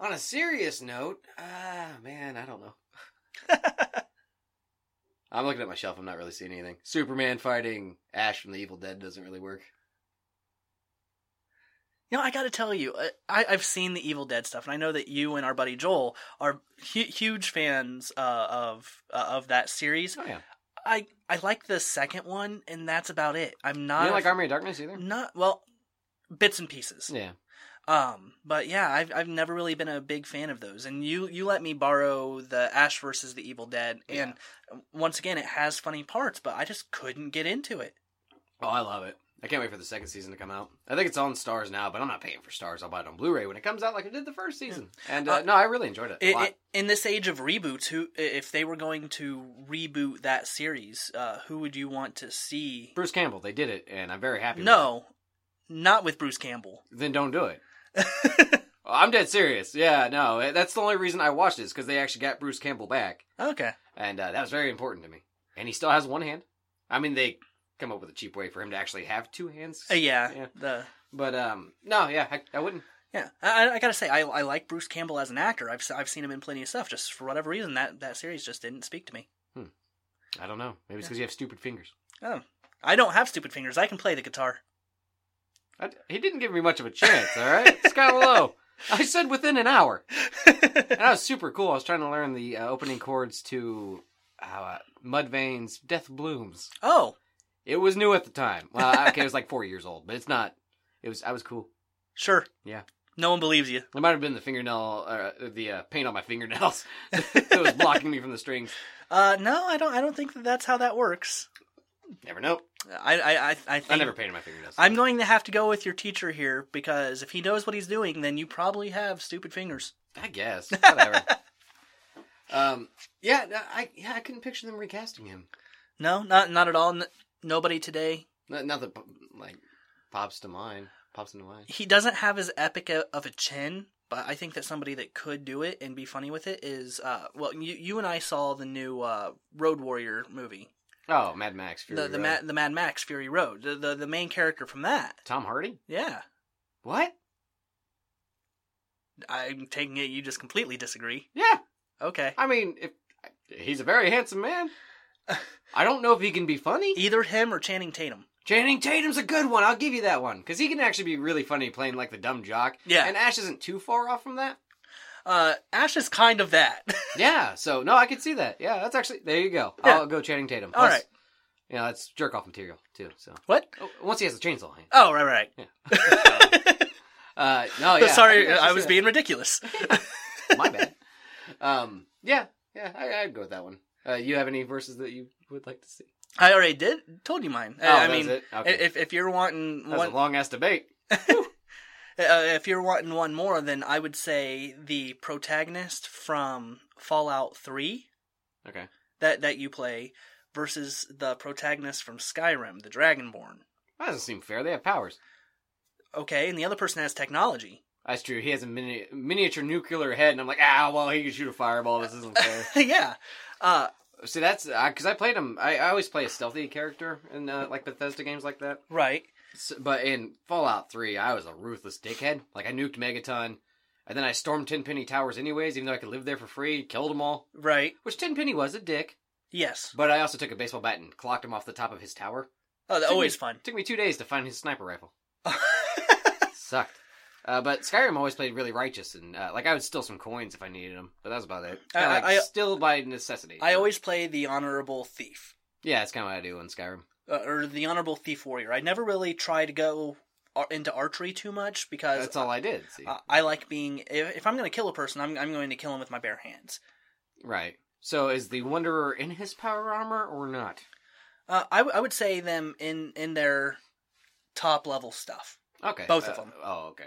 Speaker 2: on a serious note, ah, man, I
Speaker 1: [LAUGHS]
Speaker 2: don't know. I'm looking at my shelf. I'm not really seeing anything. Superman fighting Ash from the Evil Dead doesn't really work.
Speaker 1: You know, I got to tell you, I- I, I've seen the Evil Dead stuff, and I know that you and our buddy Joel are hu- huge fans uh, of uh, of that series.
Speaker 2: Oh yeah.
Speaker 1: I I like the second one, and that's about it. I'm
Speaker 2: You
Speaker 1: not Mm-hmm.
Speaker 2: don't like
Speaker 1: a-
Speaker 2: Army of Darkness either?
Speaker 1: not well, bits and pieces.
Speaker 2: Yeah.
Speaker 1: Um, but yeah, I've I've never really been a big fan of those. And you you let me borrow the Ash versus the Evil Dead, and once again, it has funny parts, but I just couldn't get into it.
Speaker 2: Oh, I love it. I can't wait for the second season to come out. I think it's on Stars now, but I'm not paying for Stars. I'll buy it on Blu-ray when it comes out, like I did the first season. And uh,
Speaker 1: Uh,
Speaker 2: no, I really enjoyed it. a
Speaker 1: I
Speaker 2: lot.
Speaker 1: i in this age of reboots, who i- if they were going to reboot that series, uh, who would you want to see?
Speaker 2: Bruce Campbell, they did it, and I'm very happy. with
Speaker 1: no, not with Bruce Campbell.
Speaker 2: it. then don't do it. Oh, I'm dead serious. Yeah, no, eh, that's the only reason I watched it is because they actually got Bruce Campbell back,
Speaker 1: Okay.
Speaker 2: and uh, that was very important to me. And he still has one hand. I mean, they come up with a cheap way for him to actually have two hands.
Speaker 1: Uh, yeah,
Speaker 2: Yeah.
Speaker 1: The
Speaker 2: But um, no, yeah, I, I wouldn't.
Speaker 1: Yeah, I, I- I gotta say, I, I like Bruce Campbell as an actor. I've se- I've seen him in plenty of stuff. Just for whatever reason, that, that series just didn't speak to me.
Speaker 2: I don't know. Maybe it's because you have stupid fingers.
Speaker 1: I don't have stupid fingers. I can play the guitar. [LAUGHS]
Speaker 2: I, he didn't give me much of a chance. All right, it's kind of low. I said within an hour, and that was super cool. I was trying to learn the uh, opening chords to uh, Mudvayne's "Death Blooms."
Speaker 1: oh,
Speaker 2: It was new at the time. Well, okay, it was like four years old, but it's not. It was. I was cool.
Speaker 1: sure.
Speaker 2: Yeah.
Speaker 1: No one believes you.
Speaker 2: It might have been the fingernail, uh, the uh, paint on my fingernails [LAUGHS] that was blocking me from the strings.
Speaker 1: Uh, no, I don't. I don't think that that's how that works.
Speaker 2: Never know.
Speaker 1: I I I, I think
Speaker 2: I never painted my fingernails.
Speaker 1: I'm going to have to go with your teacher here because if he knows what he's doing, then you probably have stupid fingers.
Speaker 2: I guess. Whatever. um. Yeah. no, I yeah. I couldn't picture them recasting him.
Speaker 1: No, not not at all. N- nobody today.
Speaker 2: Not, not that like pops to mind. Pops into mind.
Speaker 1: He doesn't have as epic a, of a chin, but I think that somebody that could do it and be funny with it is uh well you you and I saw the new uh Road Warrior movie.
Speaker 2: Oh, Mad Max. Fury
Speaker 1: the the
Speaker 2: Road.
Speaker 1: Mad, the Mad Max Fury Road. The, the the main character from that.
Speaker 2: Tom Hardy.
Speaker 1: Yeah.
Speaker 2: What?
Speaker 1: I'm taking it you just completely disagree.
Speaker 2: Yeah.
Speaker 1: Okay.
Speaker 2: I mean, if he's a very
Speaker 1: [LAUGHS]
Speaker 2: handsome man. I don't know if he can be funny.
Speaker 1: Either him or Channing Tatum.
Speaker 2: Channing Tatum's a good one. I'll give you that one because he can actually be really funny playing like the dumb jock.
Speaker 1: Yeah.
Speaker 2: And Ash isn't too far off from that.
Speaker 1: Uh Ash is kind of that. [LAUGHS]
Speaker 2: Yeah. So no, I could see that. Yeah, that's actually there. You go.
Speaker 1: Yeah.
Speaker 2: I'll go Channing Tatum.
Speaker 1: All right.
Speaker 2: You know, that's jerk off material too. So
Speaker 1: what?
Speaker 2: oh, once he has the chainsaw hand.
Speaker 1: Oh, right right. Oh,
Speaker 2: Uh, no, yeah.
Speaker 1: [LAUGHS] Sorry,
Speaker 2: I can
Speaker 1: I,
Speaker 2: actually
Speaker 1: was
Speaker 2: see
Speaker 1: being ridiculous.
Speaker 2: that. my bad. Um. Yeah. Yeah. I, I'd go with that one. Uh, you have any verses that you would like to see?
Speaker 1: I already did told you mine.
Speaker 2: Oh,
Speaker 1: Uh, I
Speaker 2: that was
Speaker 1: mean,
Speaker 2: it? Okay.
Speaker 1: if if you're wanting
Speaker 2: That
Speaker 1: one,
Speaker 2: was a long ass debate.
Speaker 1: uh, if you're wanting one more, then I would say the protagonist from Fallout Three
Speaker 2: Okay.
Speaker 1: that that you play versus the protagonist from Skyrim, the Dragonborn.
Speaker 2: That doesn't seem fair. They have powers.
Speaker 1: Okay, and the other person has technology. [LAUGHS]
Speaker 2: That's true. He has a mini- miniature nuclear head, and I'm like, ah, well, he can shoot a fireball. This
Speaker 1: [LAUGHS]
Speaker 2: isn't fair.
Speaker 1: yeah, uh,
Speaker 2: See, that's because I played him. I, I always play a stealthy character in uh, like Bethesda games like that.
Speaker 1: right.
Speaker 2: S but in Fallout Three, I was a ruthless dickhead. Like I nuked Megaton, and then I stormed Tenpenny Towers anyways, even though I could live there for free. Killed them all.
Speaker 1: Right.
Speaker 2: Which Tenpenny was a dick,
Speaker 1: Yes.
Speaker 2: but I also took a baseball bat and clocked him off the top of his tower.
Speaker 1: Oh, that
Speaker 2: Took me-
Speaker 1: always fun.
Speaker 2: Took me two days to find his
Speaker 1: [LAUGHS]
Speaker 2: sniper rifle. Sucked. Uh, but Skyrim always played really righteous, and uh, like I would steal some coins if I needed them, but that was about it. Kinda
Speaker 1: I-
Speaker 2: like
Speaker 1: I-
Speaker 2: still by necessity.
Speaker 1: I always play the honorable thief.
Speaker 2: yeah, that's kind of what I do in Skyrim.
Speaker 1: uh, or the honorable thief warrior. I never really try to go ar- into archery too much because
Speaker 2: That's all I did. See,
Speaker 1: uh, I like being. If, if I'm going to kill a person, I'm, I'm going to kill him with my bare hands.
Speaker 2: right. So is the Wanderer in his power armor or not?
Speaker 1: Uh, I, w- I would say them in in their top level stuff.
Speaker 2: Okay,
Speaker 1: Both of
Speaker 2: uh,
Speaker 1: them.
Speaker 2: Oh, okay.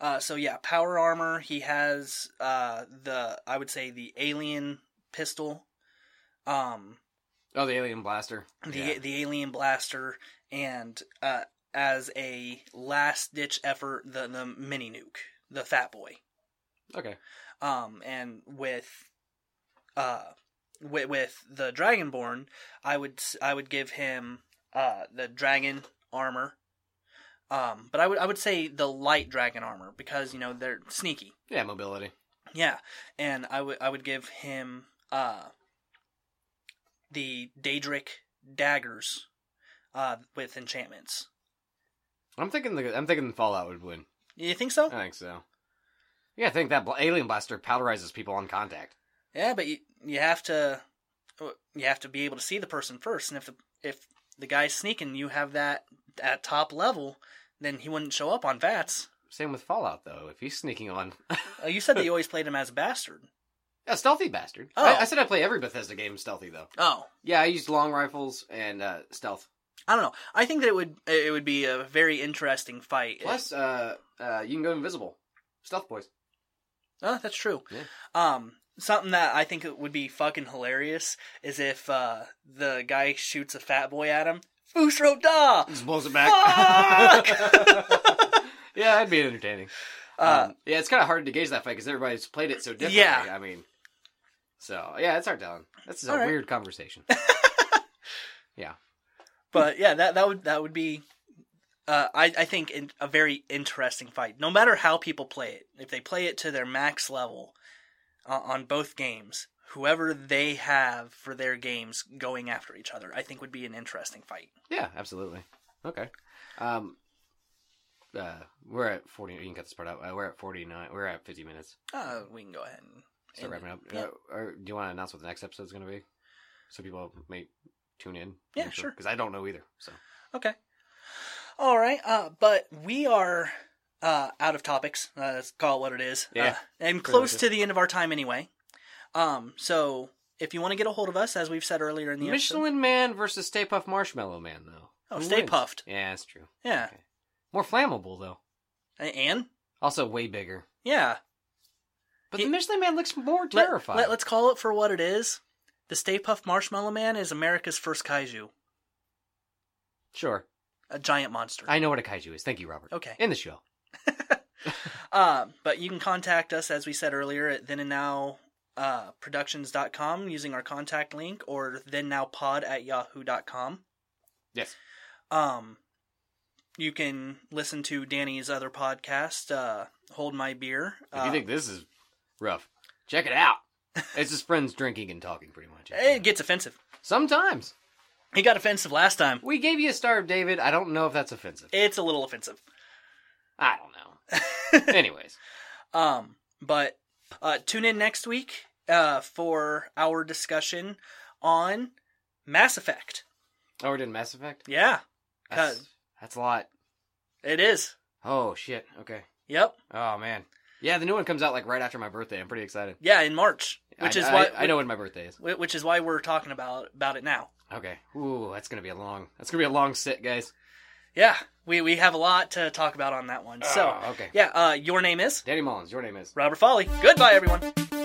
Speaker 1: Uh, so yeah, power armor. He has uh, the I would say the alien pistol, um,
Speaker 2: Oh, the alien blaster.
Speaker 1: the
Speaker 2: Yeah.
Speaker 1: the alien blaster, and uh, as a last ditch effort, the the mini nuke, the Fat Boy.
Speaker 2: Okay.
Speaker 1: um and with uh with, with the dragonborn i would s- i would give him uh the dragon armor um but i would i would say the light dragon armor because you know they're sneaky
Speaker 2: Yeah, mobility.
Speaker 1: yeah and i would i would give him uh the daedric daggers uh with enchantments
Speaker 2: I'm thinking the I'm thinking the Fallout would win.
Speaker 1: you think so
Speaker 2: I think so. Yeah, I think that bl- alien blaster powderizes people on contact.
Speaker 1: Yeah, but you, you have to you have to be able to see the person first, and if the if the guy's sneaking, you have that at top level, then he wouldn't show up on Vats.
Speaker 2: Same with Fallout though. If he's sneaking on [LAUGHS]
Speaker 1: Uh, you said that you always played him as a bastard.
Speaker 2: a stealthy bastard.
Speaker 1: Oh.
Speaker 2: I, I said I play every Bethesda game stealthy though.
Speaker 1: Oh,
Speaker 2: Yeah, I used long rifles and uh, stealth.
Speaker 1: I don't know. I think that it would it would be a very interesting fight.
Speaker 2: Plus, uh, uh, you can go invisible. Stealth boys.
Speaker 1: Oh, that's true.
Speaker 2: Yeah.
Speaker 1: Um, something that I think would be fucking hilarious is if uh, the guy shoots a fat boy at him. Fusro da.
Speaker 2: Just blows it back.
Speaker 1: Fuck!
Speaker 2: [LAUGHS] yeah, that'd be entertaining.
Speaker 1: Uh,
Speaker 2: um, yeah, it's kind of hard to gauge that fight because everybody's played it so differently.
Speaker 1: Yeah.
Speaker 2: I mean, so yeah, it's hard telling. This is a
Speaker 1: All right. [LAUGHS]
Speaker 2: weird conversation.
Speaker 1: but yeah, that that would that would be. Uh, I I think in a very interesting fight. No matter how people play it, if they play it to their max level uh, on both games, whoever they have for their games going after each other, I think would be an interesting fight.
Speaker 2: yeah, absolutely. Okay. Um, uh, we're at forty. You can cut this part out. Uh, we're at forty-nine. We're at fifty minutes.
Speaker 1: Uh, we can go ahead and
Speaker 2: So
Speaker 1: and-
Speaker 2: wrapping up.
Speaker 1: yeah.
Speaker 2: Uh, or do you want to announce what the next episode's going to be, so people may tune in?
Speaker 1: Yeah, sure.
Speaker 2: Because I don't know either. So
Speaker 1: Okay. All right. Uh, but we are uh, out of topics. Uh, let's call it what it is.
Speaker 2: Yeah.
Speaker 1: Uh, and
Speaker 2: Pretty
Speaker 1: close
Speaker 2: much
Speaker 1: to the end of our time anyway. Um, so If you want to get a hold of us, as we've said earlier in the episode,
Speaker 2: Michelin Man versus Stay Puff Marshmallow Man, though.
Speaker 1: oh,
Speaker 2: Who
Speaker 1: stay
Speaker 2: wins?
Speaker 1: puffed.
Speaker 2: Yeah, that's true.
Speaker 1: Yeah,
Speaker 2: More flammable though.
Speaker 1: A- and
Speaker 2: Also, way bigger.
Speaker 1: yeah,
Speaker 2: But
Speaker 1: He-
Speaker 2: the Michelin Man looks more
Speaker 1: Let-
Speaker 2: terrifying.
Speaker 1: Let, us call it for what it is. The Stay Puft Marshmallow Man is America's first kaiju,
Speaker 2: Sure,
Speaker 1: a giant monster.
Speaker 2: I know what a kaiju is. Thank you, Robert.
Speaker 1: Okay.
Speaker 2: In the show.
Speaker 1: Uh, but you can contact us, as we said earlier, at then and now uh, productions.com using our contact link or then now pod at yahoo.com.
Speaker 2: Yes.
Speaker 1: Um, you can listen to Danny's other podcast, uh, Hold My Beer.
Speaker 2: If
Speaker 1: Uh,
Speaker 2: you think this is rough, check
Speaker 1: [LAUGHS]
Speaker 2: it out. It's his friends drinking and talking, pretty much.
Speaker 1: it gets offensive.
Speaker 2: Sometimes
Speaker 1: He got offensive last time.
Speaker 2: we gave you a star of David. I don't know if that's offensive.
Speaker 1: It's a little offensive.
Speaker 2: I don't
Speaker 1: [LAUGHS]
Speaker 2: know. Anyways,
Speaker 1: Um, but uh, tune in next week uh, for our discussion on Mass Effect.
Speaker 2: oh, we're doing Mass Effect.
Speaker 1: Yeah,
Speaker 2: That's,
Speaker 1: Cut.
Speaker 2: that's a lot.
Speaker 1: it is.
Speaker 2: Oh shit. Okay.
Speaker 1: Yep.
Speaker 2: Oh man. Yeah, the new one comes out like right after my birthday. I'm pretty excited.
Speaker 1: Yeah, in March, which
Speaker 2: I-
Speaker 1: is
Speaker 2: I-
Speaker 1: why
Speaker 2: I know when my birthday is.
Speaker 1: whi- Which is why we're talking about about it now.
Speaker 2: Okay. Ooh, that's gonna be a long. That's gonna be a long sit, guys.
Speaker 1: Yeah, we we have a lot to talk about on that one. So
Speaker 2: Ah, okay.
Speaker 1: yeah, uh, your name is
Speaker 2: Danny Mullins, your name is.
Speaker 1: Robert Folly. Goodbye, everyone.